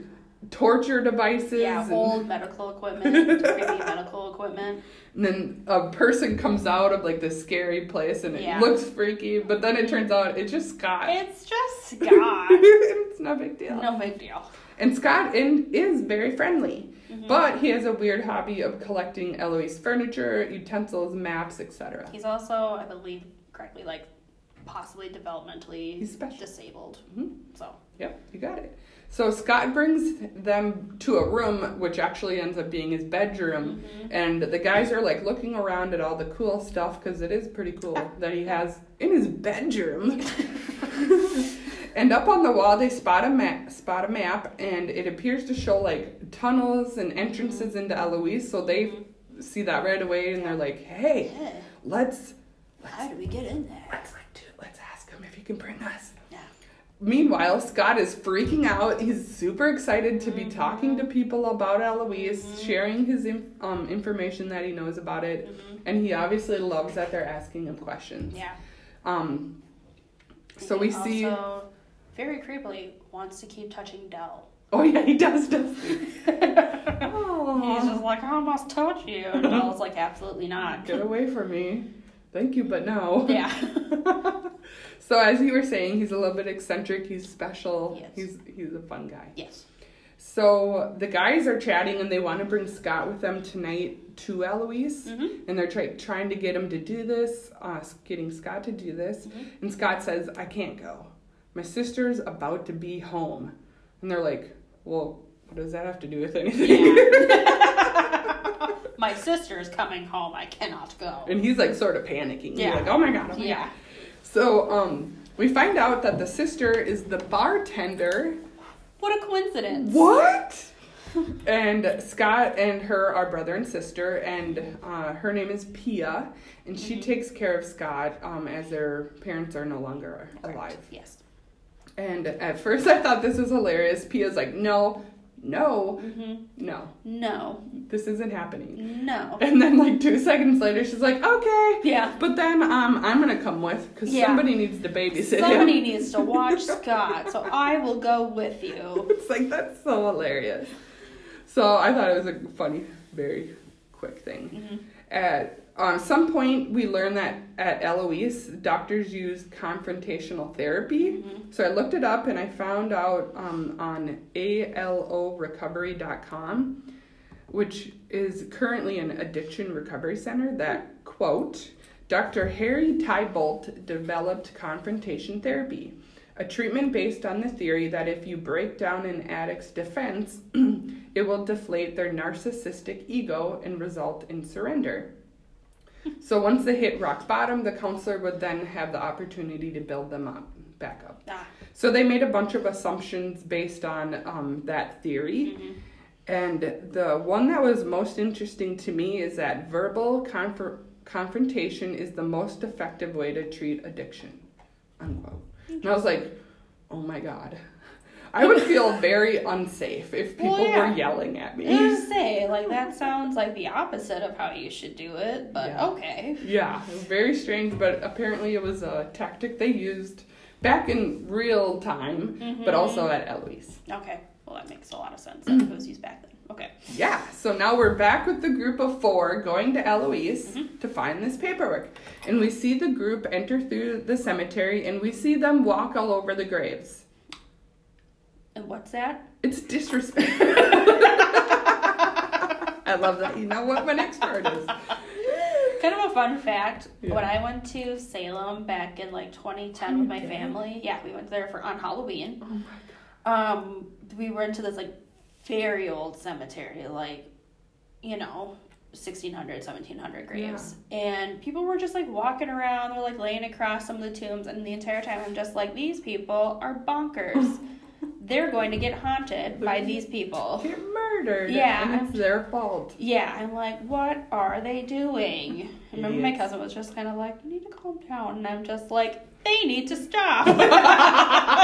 B: torture devices.
A: Yeah.
B: and-
A: Old medical equipment. Dirty medical equipment.
B: And then a person comes out of like this scary place and it
A: Yeah.
B: looks freaky, but then it turns out it's just Scott.
A: It's just God.
B: it's no big deal.
A: no big deal.
B: And Scott in, is very friendly, but he has a weird hobby of collecting Eloise furniture, utensils, maps, etc.
A: He's also, I believe correctly, like possibly developmentally
B: He's special.
A: disabled.
B: Mhm.
A: So
B: Yep, you got it. So Scott brings them to a room, which actually ends up being his bedroom, and the guys are like looking around at all the cool stuff because it is pretty cool that he has in his bedroom. and up on the wall, they spot a map, spot a map, and it appears to show like tunnels and entrances into Eloise. So they see that right away, and they're like, "Hey,
A: Yeah.
B: let's
A: How do we get in there?
B: let's like, dude, let's ask him if he can bring us."
A: Yeah.
B: Meanwhile, Scott is freaking out. He's super excited to be talking
A: Mm-hmm.
B: to people about Eloise, sharing his in- um, information that he knows about it, and he obviously loves that they're asking him questions.
A: Mm-hmm. Yeah.
B: Um, so we
A: also,
B: see.
A: very creepily wants to keep touching Dell.
B: Oh yeah, he does. does.
A: He's just like, I must touch you. And Dell's like, absolutely not.
B: Get away from me. Thank you, but no.
A: Yeah.
B: so as you were saying, he's a little bit eccentric. He's special.
A: Yes.
B: He's he's a fun guy.
A: Yes.
B: So the guys are chatting and they want to bring Scott with them tonight to Eloise.
A: Mhm.
B: And they're try- trying to get him to do this, uh, s- getting Scott to do this. And Scott says, I can't go. My sister's about to be home. And they're like, Well, what does that have to do with anything?
A: My sister is coming home. I cannot go.
B: and he's like sort of panicking. Yeah.
A: Yeah.
B: like, Oh my God. Oh my
A: yeah.
B: God." So um, we find out that the sister is the bartender.
A: What a coincidence.
B: What? and Scott and her are brother and sister, and uh, her name is Pia, and she
A: Mm-hmm.
B: takes care of Scott um, as their parents are no longer alive.
A: Yes.
B: And at first, I thought this was hilarious. Pia's like, no, no,
A: Mm-hmm.
B: no,
A: No.
B: this isn't happening.
A: No.
B: And then, like two seconds later, she's like, "Okay,
A: Yeah.
B: But then, um, I'm gonna come with because
A: Yeah.
B: somebody needs to babysit
A: Somebody
B: him.
A: needs to watch Scott, so I will go with you.
B: It's like that's so hilarious. So I thought it was a funny, very quick thing. At um, some point, we learned that at Eloise, doctors use confrontational therapy. So I looked it up and I found out um, on alorecovery.com, which is currently an addiction recovery center, that quote, Dr. Harry Tybolt developed confrontation therapy, a treatment based on the theory that if you break down an addict's defense, it will deflate their narcissistic ego and result in surrender. So once they hit rock bottom, the counselor would then have the opportunity to build them up back up.
A: Ah,
B: So they made a bunch of assumptions based on um, that theory.
A: Mm-hmm.
B: And the one that was most interesting to me is that verbal confer- confrontation is the most effective way to treat addiction. Unquote. And I was like, oh my God. I would feel very unsafe if people
A: Well, yeah.
B: were yelling at me.
A: I was gonna say, like, that sounds like the opposite of how you should do it, but
B: Yeah.
A: okay.
B: Yeah, it was very strange, but apparently it was a tactic they used back in real time, but also
A: Mm-hmm.
B: at Eloise.
A: Okay. Well, that makes a lot of sense. That goes used back then. Okay.
B: Yeah, so now we're back with the group of four going to Eloise to find this paperwork. And we see the group enter through the cemetery and we see them walk all over the graves.
A: And what's that?
B: It's disrespectful. I love that. You know what my next word is.
A: Kind of a fun fact.
B: Yeah.
A: When I went to Salem back in like 2010 with my
B: Okay.
A: family, yeah, we went there for on Halloween.
B: Oh
A: Um, we were into this like very old cemetery, like you know, 1600, 1700 graves, and people were just like walking around. They're like laying across some of the tombs, and the entire time I'm just like, these people are bonkers. They're going to get haunted by these people.
B: Get murdered.
A: Yeah,
B: And
A: I'm-
B: it's their fault.
A: Yeah, I'm like, what are they doing? I remember my
B: Idiots.
A: cousin was just kind of like, you need to calm down. And I'm just like, they need to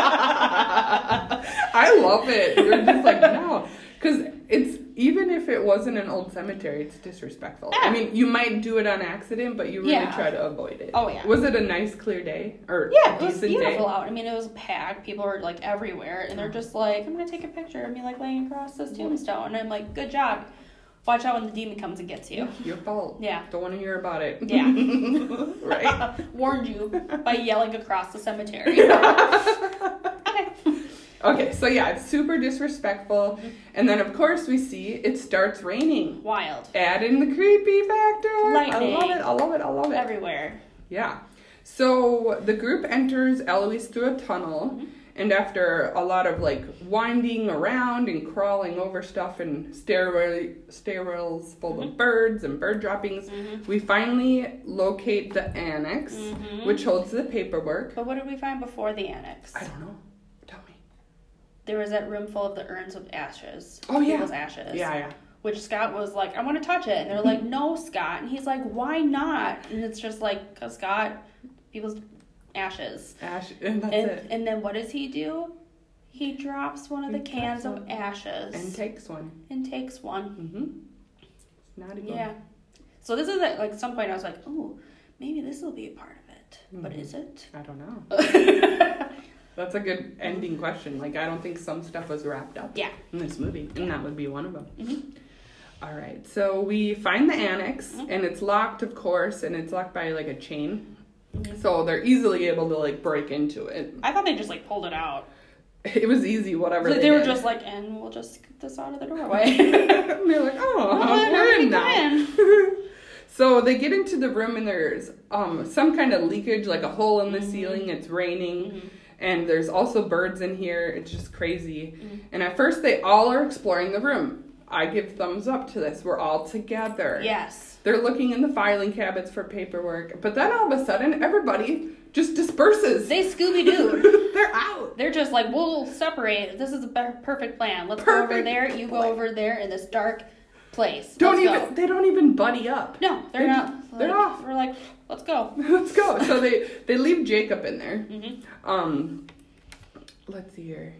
A: stop.
B: I love it. You're just like, no. Because it's, even if it wasn't an old cemetery, it's disrespectful. I mean, you might do it on accident, but you really
A: Yeah.
B: try to avoid it.
A: Oh, yeah.
B: Was it a nice, clear day? Or
A: yeah, it was
B: decent
A: beautiful
B: day? Uh-huh.
A: out. I mean, it was packed. People were like everywhere. And they're just like, I'm going to take a picture of me like laying across this tombstone. And I'm like, good job. Watch out when the demon comes and gets you.
B: Your fault.
A: Yeah.
B: Don't want to hear about it.
A: Yeah.
B: right?
A: Warned you by yelling across the cemetery. okay.
B: Okay, so yeah, it's super
A: Mm-hmm.
B: disrespectful. And then, of course, we see it starts raining.
A: Wild.
B: Add in the creepy factor.
A: Lightning.
B: I love it. I love it. I love it.
A: Everywhere.
B: Yeah. So the group enters Eloise through a tunnel, And after a lot of like winding around and crawling over stuff and stairway stairwells full of birds and bird droppings,
A: Mm-hmm.
B: we finally locate the annex,
A: Mhm.
B: which holds the paperwork.
A: But what did we find before the annex?
B: I don't know. Tell me.
A: There was that room full of the urns with ashes.
B: Oh, yeah.
A: People's ashes.
B: Yeah, yeah.
A: Which Scott was like, I want to touch it. And they're like, no, Scott. And he's like, why not? And it's just like, because Scott, people's ashes.
B: Ash, and that's
A: And,
B: it.
A: and then what does he do? He drops one of
B: He
A: the cans
B: drops
A: of
B: one.
A: ashes
B: And takes one.
A: and takes one.
B: Mm-hmm. Naughty boy.
A: Yeah. So this is at like some point I was like, oh, maybe this will be a part of it. But
B: Mhm.
A: is it?
B: I don't know. That's a good ending question. Like, I don't think some stuff was wrapped up
A: yeah.
B: in this movie, and that would be one of them.
A: Mhm.
B: All right, so we find the annex,
A: Mhm.
B: and it's locked, of course, and it's locked by like a chain.
A: Mm-hmm.
B: So they're easily able to like break into it.
A: I thought they just like pulled it out.
B: It was easy, whatever.
A: Like, they were
B: did.
A: just like, and we'll just scoop this out of the doorway.
B: And they're like, oh,
A: Oh,
B: we're,
A: we're
B: in
A: gonna
B: now. so they get into the room and there's um, some kind of leakage, like a hole in the ceiling. It's raining, and there's also birds in here. It's just crazy. And at first, they all are exploring the room. I give thumbs up to this. We're all together.
A: yes.
B: They're looking in the filing cabinets for paperwork, but then all of a sudden, everybody just disperses.
A: They Scooby Doo.
B: They're out.
A: They're just like, we'll separate. This is a per- perfect plan. Let's go over
B: Perfect
A: there. You go
B: plan.
A: over there in this dark place.
B: Don't
A: Let's
B: even. They don't even buddy up.
A: Go. No, they're
B: They're
A: not.
B: just- they're
A: Like,
B: off.
A: We're like, let's go.
B: Let's go. So they they leave Jacob in there.
A: Mhm.
B: Um, let's see here.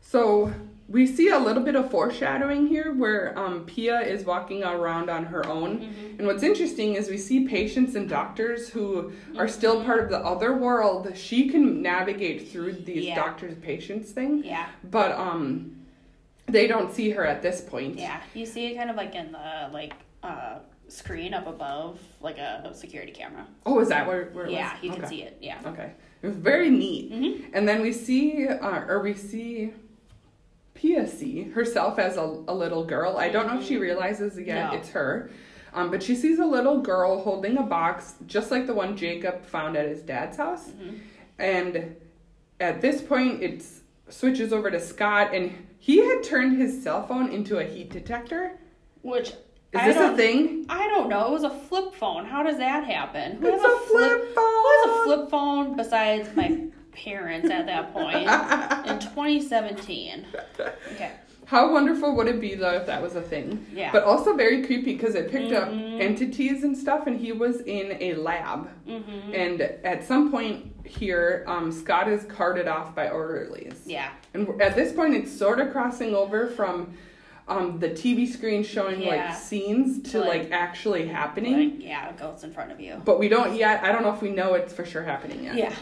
B: So we see a little bit of foreshadowing here, where um, Pia is walking around on her own.
A: Mm-hmm.
B: And what's interesting is we see patients and doctors who
A: Mm-hmm.
B: are still part of the other world. She can navigate through these
A: Yeah.
B: doctors patients thing,
A: Yeah.
B: but um, they don't see her at this point.
A: Yeah, you see it kind of like in the like uh screen up above, like a security camera.
B: Oh, is that where? where it
A: Yeah,
B: was?
A: you can
B: Okay.
A: see it. Yeah.
B: Okay, it was very neat.
A: Mhm.
B: And then we see, uh, or we see Pia see herself as a, a little girl. I don't know if she realizes yet
A: Mm-hmm. No.
B: it's her, um, but she sees a little girl holding a box just like the one Jacob found at his dad's house.
A: Mm-hmm.
B: And at this point, it switches over to Scott, and he had turned his cell phone into a heat detector.
A: Which is
B: Is
A: I
B: this
A: don't,
B: a thing?
A: I don't know. It was a flip phone. How does that happen? Who
B: It's
A: has
B: a flip, phone.
A: Who has a flip phone besides my parents at that point in 2017? Okay.
B: How wonderful would it be though if that was a thing?
A: Yeah.
B: But also very creepy because it picked
A: Mhm.
B: up entities and stuff, and he was in a lab.
A: Mm-hmm.
B: And at some point here, um, Scott is carted off by orderlies.
A: Yeah.
B: And we're- at this point, it's sort of crossing over from um, the TV screen showing
A: Yeah.
B: like scenes to
A: Like-
B: like, actually happening.
A: Like, yeah, a ghost in front of you.
B: but we don't yet. I don't know if we know it's for sure happening yet.
A: Yeah.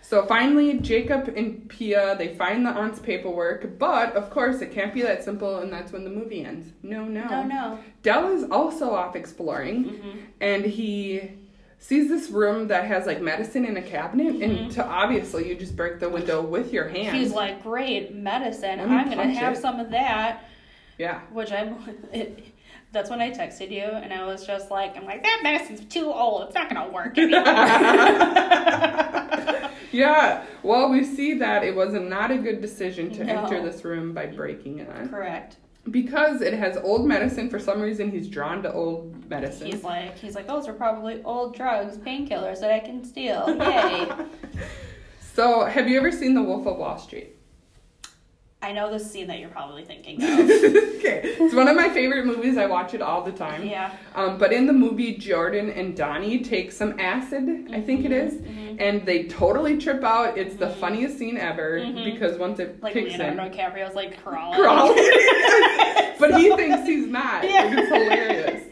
B: So finally, Jacob and Pia they find the aunt's paperwork, but of course it can't be that simple, and that's when the movie ends. No, no,
A: No, Mm-hmm. no.
B: Dell is also off exploring, and he sees this room that has like medicine in a cabinet, and to obviously you just break the window with your hand.
A: He's Mm-hmm. like, great medicine.
B: Let me
A: I'm gonna
B: punch
A: have
B: it."
A: some of that.
B: yeah,
A: Which I'm. It, that's when I texted you, and I was just like, I'm like, that medicine's too old. It's not gonna work anymore.
B: yeah. Well, we see that it was not a good decision to
A: No.
B: enter this room by breaking it
A: Correct.
B: because it has old medicine. For some reason, he's drawn to old medicine.
A: He's like, he's like, those are probably old drugs, painkillers that I can steal. Yay!
B: So, have you ever seen The Wolf of Wall Street?
A: I know the scene that you're probably thinking of.
B: okay, it's one of my favorite movies. I watch it all the time.
A: Yeah.
B: Um, but in the movie, Jordan and Donnie take some acid, I think
A: Mm-hmm.
B: it is, and they totally trip out. It's the funniest scene ever because once it
A: Mm-hmm. Like
B: kicks
A: Leonardo
B: in,
A: DiCaprio's like crawling.
B: crawling. but he thinks he's not.
A: Yeah.
B: Like, it's hilarious.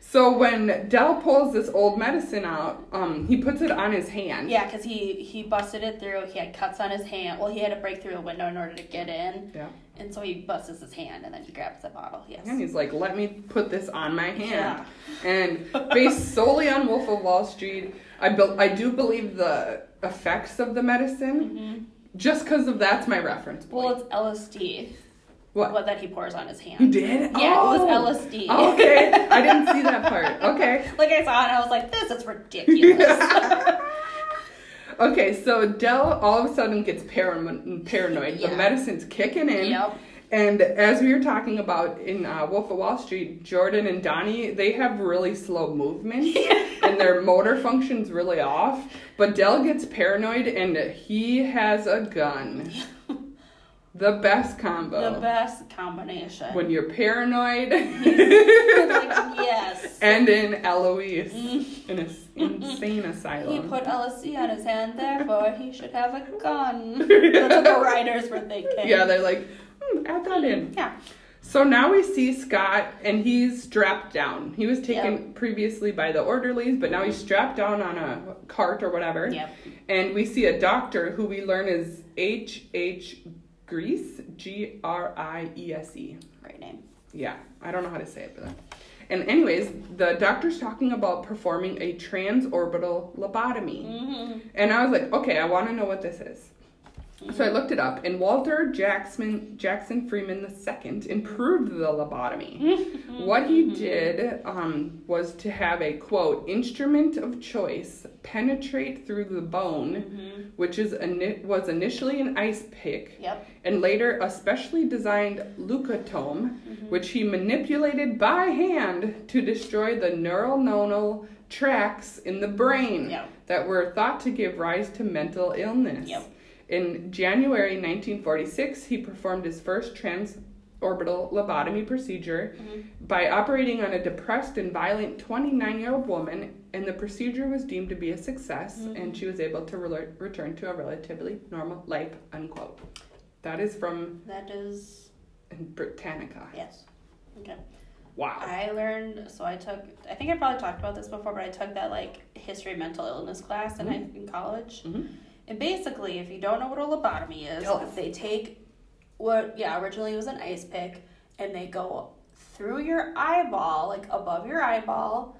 B: So when Dell pulls this old medicine out, um, he puts it on his hand.
A: Yeah, because he he busted it through. He had cuts on his hand. Well, he had to break through a window in order to get in,
B: Yeah.
A: and so he busts his hand, and then he grabs the bottle. Yes.
B: And he's like, let me put this on my hand. And based solely on Wolf of Wall Street, I, bel I do believe the effects of the medicine,
A: Mm-hmm.
B: just because of that's my reference point.
A: Well, it's LSD.
B: what?
A: What that he pours on his hand.
B: You did?
A: Yeah, it was
B: Oh.
A: LSD.
B: Okay, I didn't see that part. Okay.
A: Like I saw it and I was like, this is ridiculous.
B: Okay, so Dell all of a sudden gets paramo- paranoid. The
A: Yeah.
B: medicine's kicking in.
A: Yep.
B: And as we were talking about in uh, Wolf of Wall Street, Jordan and Donnie, they have really slow movements and their motor function's really off. But Dell gets paranoid and he has a gun. The best combo.
A: The best combination.
B: When you're paranoid
A: like, yes.
B: and in Eloise
A: Mm.
B: in an insane asylum.
A: He put LSD on his hand, therefore he should have a gun. That's what the writers were thinking.
B: yeah, they're like, hmm, add that in.
A: Yeah.
B: So now we see Scott, and he's strapped down. He was taken previously by the orderlies, but now he's strapped down on a cart or whatever.
A: Yep.
B: And we see a doctor who we learn is H. H. Grease, G R I E S E.
A: Great name.
B: Yeah, I don't know how to say it, but. And anyways, the doctor's talking about performing a transorbital lobotomy.
A: hmm
B: And I was like, okay, I want to know what this is. So I looked it up, and Walter Jackson Jackson Freeman II improved the lobotomy. what he did um, was to have a quote instrument of choice penetrate through the bone, which is ini- was initially an ice pick,
A: Yep.
B: and later a specially designed leucotome, which he manipulated by hand to destroy the neuronal tracts in the brain
A: Yep.
B: that were thought to give rise to mental illness.
A: Yep.
B: In January 1946, he performed his first transorbital lobotomy procedure
A: Mm-hmm.
B: by operating on a depressed and violent 29 year old woman, and the procedure was deemed to be a success,
A: Mm-hmm.
B: and she was able to rel return to a relatively normal life. Unquote. That is from
A: That is
B: Britannica.
A: yes. Okay.
B: Wow.
A: I learned so I took I think I probably talked about this before, but I took that like history of mental illness class in, high in college.
B: Mhm.
A: And basically, if you don't know what a lobotomy is,
B: Tell us.
A: they take what yeah originally it was an ice pick, and they go through your eyeball like above your eyeball,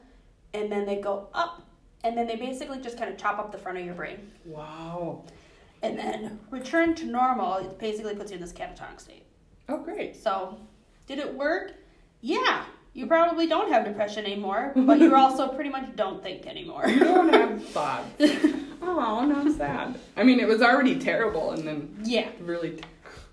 A: and then they go up, and then they basically just kind of chop up the front of your brain,
B: wow.
A: and then return to normal. It basically puts you in this catatonic state.
B: Oh, great.
A: So, did it work? Yeah. You probably don't have depression anymore, but you also pretty much don't think anymore.
B: You don't have Bob. Oh, no, I'm sad. I mean, it was already terrible, and then
A: yeah.
B: really. T-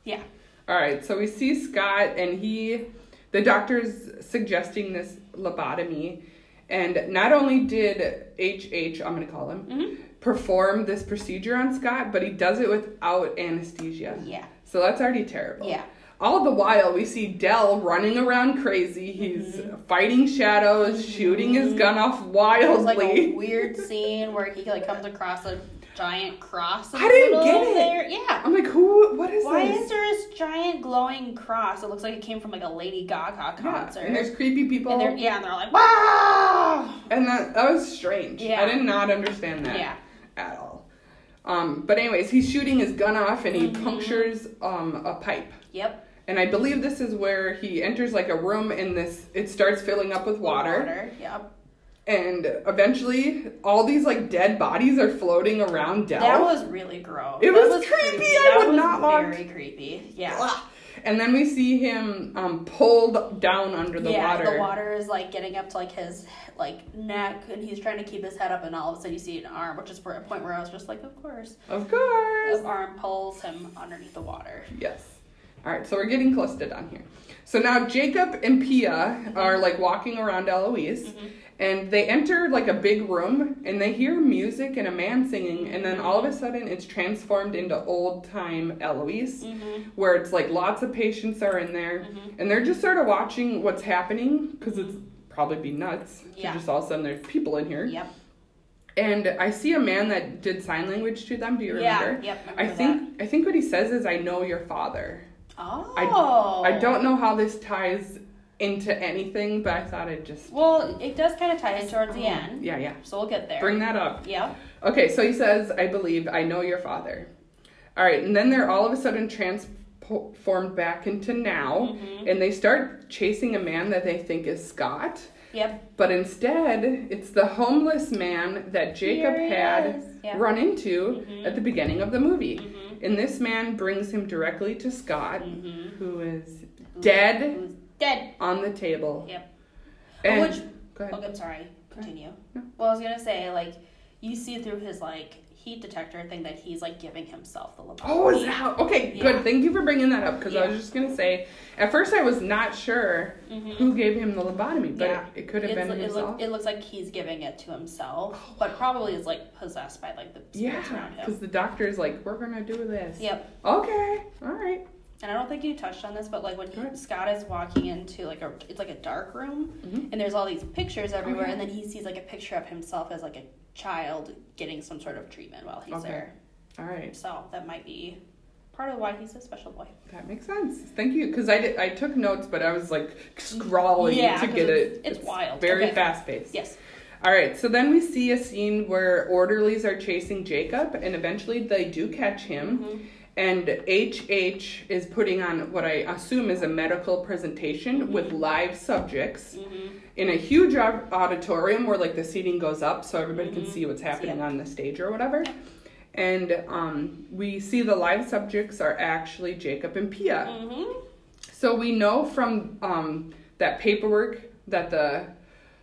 A: Yeah.
B: All right, so we see Scott, and he, the doctor's suggesting this lobotomy, and not only did HH, I'm gonna call him,
A: Mm-hmm.
B: perform this procedure on Scott, but he does it without anesthesia.
A: Yeah.
B: So that's already terrible.
A: Yeah.
B: All the while, we see Dell running around crazy. He's
A: Mm-hmm.
B: fighting shadows, shooting his gun off
A: It was Mm-hmm. like a
B: wildly.
A: weird scene where he like comes across a giant cross. in
B: I
A: the
B: didn't
A: middle
B: get
A: of
B: it.
A: There. Yeah.
B: I'm like, who? What is
A: Why
B: this?
A: is there this giant glowing cross? It looks like it came from like a Lady Gaga
B: Yeah,
A: concert.
B: and there's creepy people.
A: And they're- yeah, and they're like, wow.
B: And that that was strange.
A: Yeah.
B: I did not understand that
A: Yeah.
B: at all. Um, but anyways, he's shooting his gun off and he
A: Mm-hmm.
B: punctures um, a pipe.
A: Yep.
B: And I believe this is where he enters like a room and this it starts filling up with water.
A: Water. Yep.
B: And eventually all these like dead bodies are floating around Dell.
A: That was really gross.
B: It
A: That
B: was creepy. I
A: That
B: would
A: was
B: not want-
A: Very creepy. Yeah.
B: Ah. and then we see him um, pulled down under the
A: yeah,
B: water.
A: the water is like getting up to like his like neck, and he's trying to keep his head up, and all of a sudden you see an arm, which is where- a point where I was just like, of course,
B: Of course.
A: the arm pulls him underneath the water.
B: Yes. All right, so we're getting close to done here. So now Jacob and Pia are like walking around Eloise,
A: Mm-hmm.
B: and they enter like a big room, and they hear music and a man singing, and then all of a sudden it's transformed into old time Eloise,
A: Mm-hmm.
B: where it's like lots of patients are in there, and they're just sort of watching what's happening because it's probably be nuts. to
A: Yeah.
B: Just all of a sudden there's people in here.
A: Yep.
B: And I see a man that did sign language to them. Do you
A: Yeah,
B: remember?
A: yep, I
B: I
A: remember
B: think I think what he says is, "I know your father."
A: Oh.
B: I, I don't know how this ties into anything, but I thought I'd just.
A: Well, it does kind of tie in towards the end,
B: Yeah, yeah.
A: so we'll get there.
B: Oh. Bring that up.
A: Yep.
B: Okay, so he says, I believe, I know your father. All right, and then they're all of a sudden transformed back into now,
A: Mm-hmm.
B: and they start chasing a man that they think is Scott,
A: Yep.
B: but instead, it's the homeless man that Jacob
A: Here he
B: had
A: is. Yeah. Mm-hmm.
B: run into at the beginning of the movie. And this man brings him directly to Scott,
A: Mm-hmm.
B: who is dead
A: Who's dead?
B: on the table.
A: Yep. Oh,
B: And,
A: Which-
B: go ahead.
A: Okay, I'm sorry. Continue.
B: No.
A: Well, I was gonna say like you see through his like heat detector thing that he's like giving himself the lobotomy.
B: Oh, is that how? Okay,
A: Yeah.
B: good. Thank you for bringing that up because I
A: Yeah.
B: was just gonna say. At first, I was not sure
A: Mhm.
B: who gave him the lobotomy, but
A: Yeah.
B: it, it could have
A: It's-
B: been
A: it,
B: himself. Oh.
A: look, it looks like he's giving it to himself, but probably is like possessed by like the spirits
B: yeah,
A: around
B: because
A: him.
B: the doctor is like, "We're gonna do this."
A: Yep.
B: Okay. All right.
A: And I don't think you touched on this, but like when he-
B: Good.
A: Scott is walking into like a it's like a dark room,
B: Mhm.
A: and there's all these pictures everywhere,
B: Oh, yeah.
A: and then he sees like a picture of himself as like a child getting some sort of treatment while he's
B: Okay.
A: there.
B: All right.
A: So that might be part of why he's a special boy.
B: That makes sense. Thank you, because I did, I took notes, but I was like scrawling
A: Yeah,
B: to
A: 'cause
B: get
A: it's-
B: it.
A: it's wild.
B: Very
A: Okay.
B: fast paced.
A: Yes.
B: All right, so then we see a scene where orderlies are chasing Jacob, and eventually they do catch him.
A: Mm-hmm.
B: And HH is putting on what I assume is a medical presentation with live subjects
A: Mm-hmm.
B: in a huge au- auditorium where like the seating goes up so everybody can see what's happening
A: Yeah.
B: on the stage or whatever. And um, we see the live subjects are actually Jacob and Pia.
A: Mm-hmm.
B: So we know from um, that paperwork that the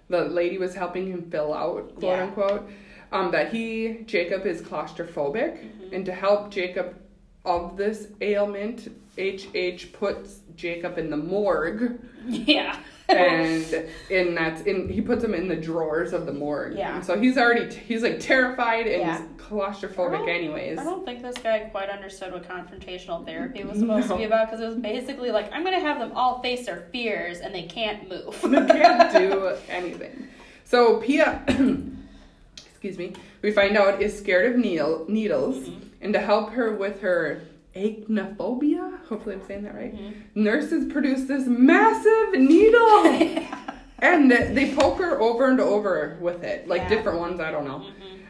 B: the lady was helping him fill out, quote
A: Yeah.
B: unquote, um, that he Jacob is claustrophobic,
A: Mm-hmm.
B: and to help Jacob of this ailment, HH puts Jacob in the morgue,
A: Yeah.
B: and in that's in he puts him in the drawers of the morgue.
A: Yeah.
B: And so he's already he's like terrified and
A: Yeah. I
B: claustrophobic,
A: don't-
B: anyways.
A: I don't think this guy quite understood what confrontational therapy was supposed
B: No.
A: to be about because it was basically like, I'm going to have them all face their fears and they can't move.
B: You can't do anything. So Pia, excuse me, we find out is scared of needle, needles,
A: Mm-hmm.
B: and to help her with her acnophobia, hopefully I'm saying that right,
A: Mm-hmm.
B: nurses produce this massive needle. and they poke her over and over with it, like
A: Yeah. Mm-hmm.
B: different ones, I don't know.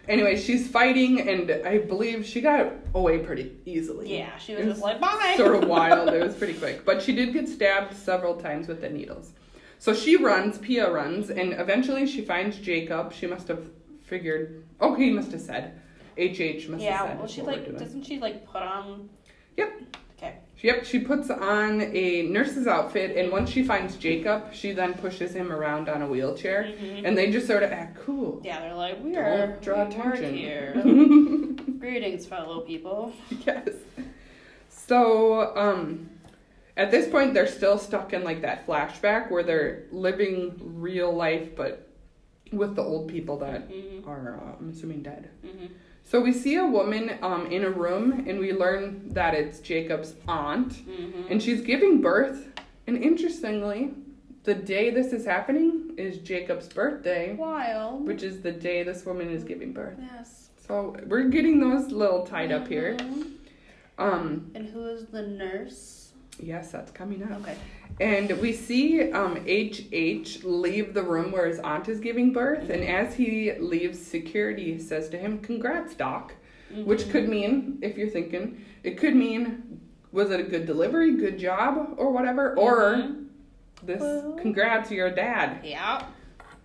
B: Anyway, she's fighting, and I believe she got away pretty easily.
A: yeah, she
B: It
A: was just like, bye.
B: sort of wild. It was pretty quick. But she did get stabbed several times with the needles. So she runs, Pia runs, and eventually she finds Jacob. She must have figured, oh, he must have said. HH must have
A: Yeah,
B: said.
A: well, she
B: what we're
A: like,
B: doing.
A: doesn't she like put on.
B: Yep.
A: Okay.
B: Yep, she puts on a nurse's outfit, and once she finds Jacob, she then pushes him around on a wheelchair, and they just sort of act cool.
A: Yeah, they're like, we
B: Mm-hmm. Don't
A: are.
B: draw
A: we work
B: attention. Mm-hmm.
A: here. Greetings, fellow people.
B: yes. So, um, at this point, they're still stuck in like that flashback where they're living real life, but with the old people that
A: Mhm.
B: are, uh, I'm assuming, dead.
A: Mhm.
B: So we see a woman um, in a room, and we learn that it's Jacob's aunt,
A: Mhm.
B: and she's giving birth. And interestingly, the day this is happening is Jacob's birthday,
A: Wild.
B: which is the day this woman is giving birth.
A: Yes.
B: So we're getting those little tied up here.
A: Mhm.
B: Um,
A: And who is the nurse?
B: Yes, that's coming up.
A: Okay.
B: And we see um, HH leave the room where his aunt is giving birth. And
A: Mm-hmm.
B: as he leaves, security says to him, Congrats, Doc.
A: Mm-hmm.
B: Which could mean, if you're thinking, it could mean, Was it a good delivery, good job, or whatever? Or
A: Mhm.
B: this,
A: Well-
B: Congrats, you're a dad.
A: Yeah.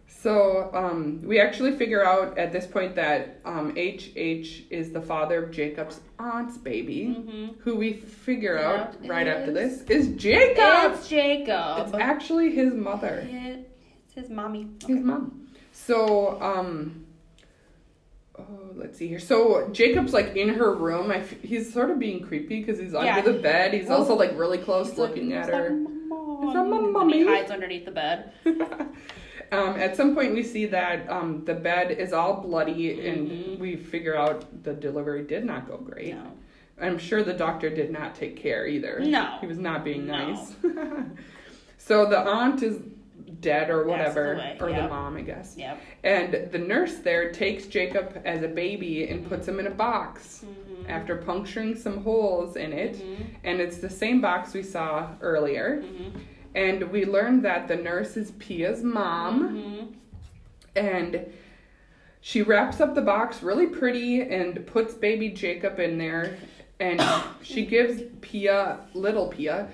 B: So um, we actually figure out at this point that um, HH is the father of Jacob's aunt's baby.
A: Mm-hmm.
B: Who we figure out
A: Yeah,
B: right
A: it
B: after
A: is-
B: this is Jacob.
A: It's Jacob.
B: It's actually his mother.
A: It- It's his mommy.
B: His mom. So, um, oh, let's see here. So Jacob's like in her room. I f- he's sort of being creepy because he's under
A: Yeah.
B: the bed. He's
A: Well,
B: also like really close
A: He's
B: looking
A: like,
B: at
A: "Is that
B: her.
A: mom?"
B: Is that my
A: And
B: mommy?
A: He hides underneath the bed.
B: um, at some point, we see that um, the bed is all bloody,
A: Mhm.
B: and we figure out the delivery did not go great.
A: No.
B: I'm sure the doctor did not take care either.
A: No.
B: He was not being
A: No.
B: nice. so the aunt is dead or
A: Passed
B: whatever,
A: away,
B: or the
A: yep.
B: mom, I guess.
A: Yep.
B: And the nurse there takes Jacob as a baby and puts him in a box
A: Mhm.
B: after puncturing some holes in it.
A: Mhm.
B: And it's the same box we saw earlier.
A: Mhm.
B: And we learned that the nurse is Pia's mom.
A: Mhm.
B: And she wraps up the box really pretty and puts baby Jacob in there. And she gives Pia, little Pia,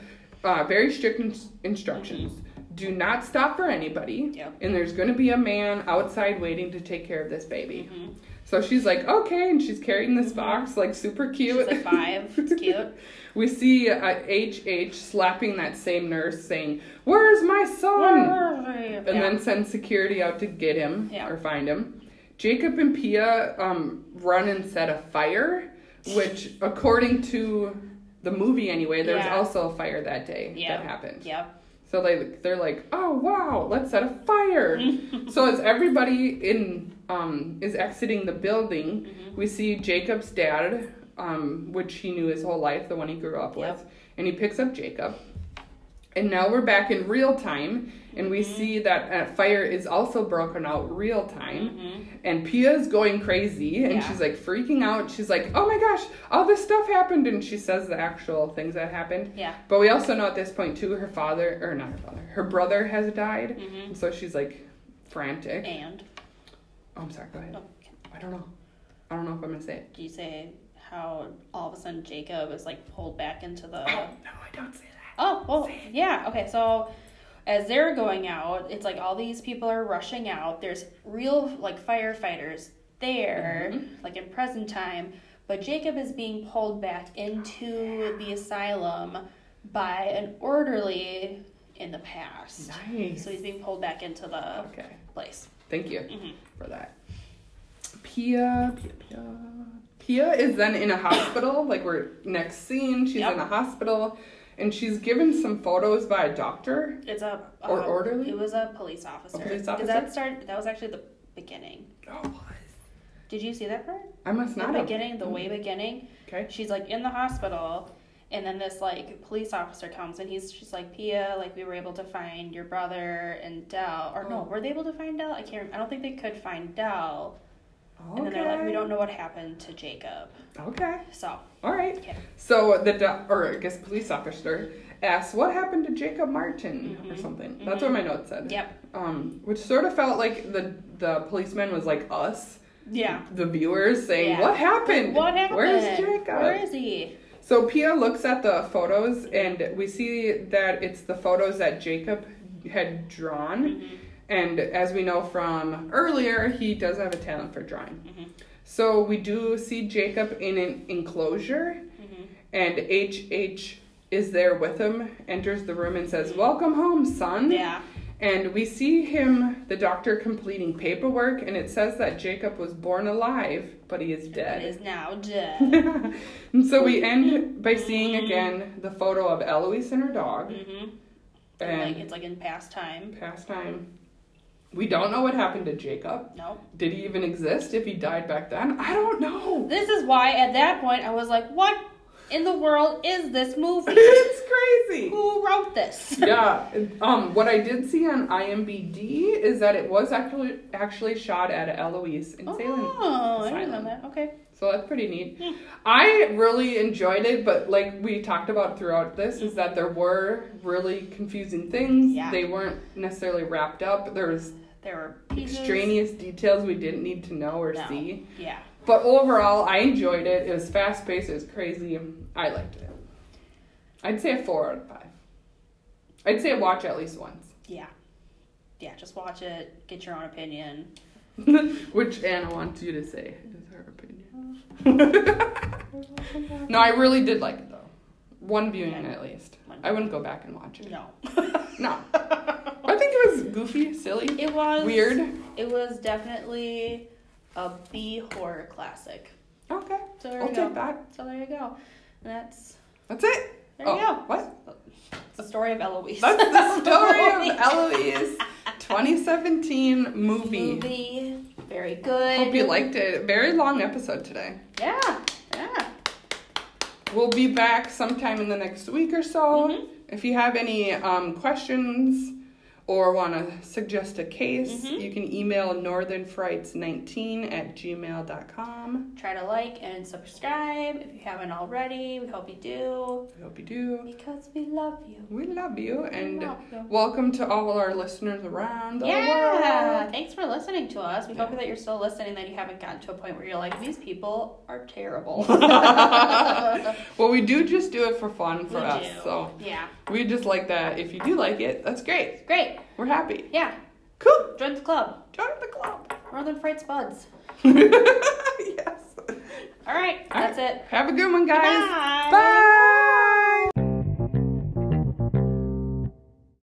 B: uh, very strict ins- instructions. Do not stop for anybody.
A: Yep.
B: And there's going to be a man outside waiting to take care of this baby.
A: Mhm.
B: So she's like, okay, and she's carrying this box, like super
A: Mm-hmm. She's
B: cute.
A: like five. It's cute.
B: we see uh, HH slapping that same nurse, saying, Where's my son?
A: Where are they?
B: Um, And
A: Yeah.
B: then send security out to get him
A: Yeah.
B: or find him. Jacob and Pia um, run and set a fire, which, according to the movie anyway, there's
A: Yeah.
B: also a fire that day
A: Yep.
B: that happened.
A: Yep.
B: So they they're like, oh wow, let's set a fire. so as everybody in um, is exiting the building,
A: Mm-hmm.
B: we see Jacob's dad, um, which he knew his whole life, the one he grew up
A: Yep.
B: with, and he picks up Jacob. And now we're back in real time, and
A: Mm-hmm.
B: we see that uh, fire is also broken out real time. And Pia's going crazy, and
A: Mm-hmm. Yeah.
B: she's like freaking out. She's like, "Oh my gosh, all this stuff happened!" And she says the actual things that happened.
A: Yeah.
B: But we also know at this point too, her father or not her father, her brother has died, and so she's like frantic.
A: Mm-hmm. And
B: oh, I'm sorry. Go ahead.
A: oh,
B: I don't know. I don't know if I'm gonna say it.
A: do you say how all of a sudden Jacob is like pulled back into the?
B: no, I don't say that.
A: Oh, well, yeah. Okay, so as they're going out, it's like all these people are rushing out. There's real like firefighters there,
B: Mm-hmm.
A: like in present time, but Jacob is being pulled back into the asylum by an orderly in the past.
B: Nice.
A: So he's being pulled back into the
B: Okay.
A: place.
B: Thank you
A: Mhm.
B: for that. Pia, Pia, Pia. Pia is then in a hospital. like we're next scene, she's
A: Yep.
B: in a hospital, and she's given some photos by a doctor.
A: It's a um,
B: Or orderly?
A: It was a police officer.
B: police
A: Did
B: officer?
A: that start? That was actually the beginning.
B: Oh, what?
A: Did you see that part?
B: I must not Mm-hmm.
A: the
B: have.
A: beginning, the way beginning.
B: Okay.
A: She's like in the hospital, and then this like police officer comes, and he's she's like Pia, like we were able to find your brother and Dell, or no,
B: Oh.
A: were they able to find Dell? I can't. rem- I don't think they could find Dell. And then they're like,
B: Okay.
A: we don't know what happened to Jacob.
B: Okay.
A: So
B: All right.
A: Okay.
B: So the do- or I guess police officer asks, "What happened to Jacob Martin or something?" That's what my note said.
A: Mm-hmm. yep,
B: Um, which sort of felt like the the policeman was like us,
A: yeah.
B: the viewers, saying,
A: Yeah.
B: "What happened?
A: What happened?
B: Where's Jacob?"
A: Where is he?
B: so Pia looks at the photos, and we see that it's the photos that Jacob had drawn.
A: Mm-hmm.
B: And as we know from earlier, he does have a talent for drawing.
A: Mm-hmm.
B: So we do see Jacob in an enclosure,
A: Mm-hmm.
B: and HH is there with him, enters the room, and says, Welcome home, son.
A: Yeah.
B: And we see him, the doctor, completing paperwork, and it says that Jacob was born alive, but he is
A: That
B: dead.
A: is now dead.
B: and so we end by seeing again the photo of Eloise and her dog,
A: mm-hmm. like
B: and
A: it's like in past time.
B: past time. We don't know what happened to Jacob.
A: No.
B: Did he even exist if he died back then? I don't know.
A: This is why at that point I was like, what in the world is this movie?
B: it's crazy.
A: Who wrote this?
B: yeah. Um, what I did see on IMBD is that it was actually actually shot at Eloise in Salem.
A: Oh, I didn't know
B: Asylum.
A: that. Hmm. Okay.
B: So that's pretty neat. I really enjoyed it, but like we talked about throughout this, is that there were really confusing things.
A: Yeah.
B: They weren't necessily wrapped up. There was
A: There were pieces.
B: extraneous details we didn't need to know or
A: No.
B: see.
A: Yeah.
B: But overall, I enjoyed it. It was fast paced. It was crazy. I liked it. I'd say a four out of five. I'd say watch at least once.
A: Yeah. Yeah, just watch it, get your own opinion.
B: Which Anna wants you to say is her opinion. no, I really did like it though. One viewing
A: Okay.
B: at least.
A: One.
B: I wouldn't go back and watch it.
A: No.
B: No. I think it was goofy, silly,
A: It was
B: weird.
A: It was definitely a B horror classic.
B: Okay.
A: So there
B: I'll
A: you go.
B: take that.
A: So there you go. And that's
B: That's it.
A: there you
B: Oh,
A: go.
B: What?
A: It's the story of Eloise.
B: That's the story of Eloise 2017 movie.
A: movie. Very good.
B: Hope you liked it. Very long episode today.
A: Yeah. Yeah.
B: We'll be back sometime in the next week or so.
A: Mhm.
B: If you have any um, questions or want to suggest a case,
A: Mhm.
B: you can email northernfrights19 at gmail.com.
A: Try to like and subscribe if you haven't already. We hope you do
B: I hope you do.
A: because we love you.
B: We love you and
A: love you.
B: welcome to all our listeners around the
A: yeah.
B: world.
A: Thanks for listening to us. We hope
B: Yeah.
A: that you're still listening, that you haven't gotten to a point where you're like, these people are terrible.
B: well, we do just do it for fun for
A: We
B: us.
A: do.
B: So
A: Yeah.
B: we just like that. If you do like it, that's great.
A: Great.
B: We're happy.
A: Yeah.
B: Cool.
A: Join the club.
B: Join the club.
A: Northern Frights Buds.
B: yes.
A: All right.
B: All
A: that's
B: right.
A: it.
B: Have a good one, guys.
A: Bye.
B: Bye.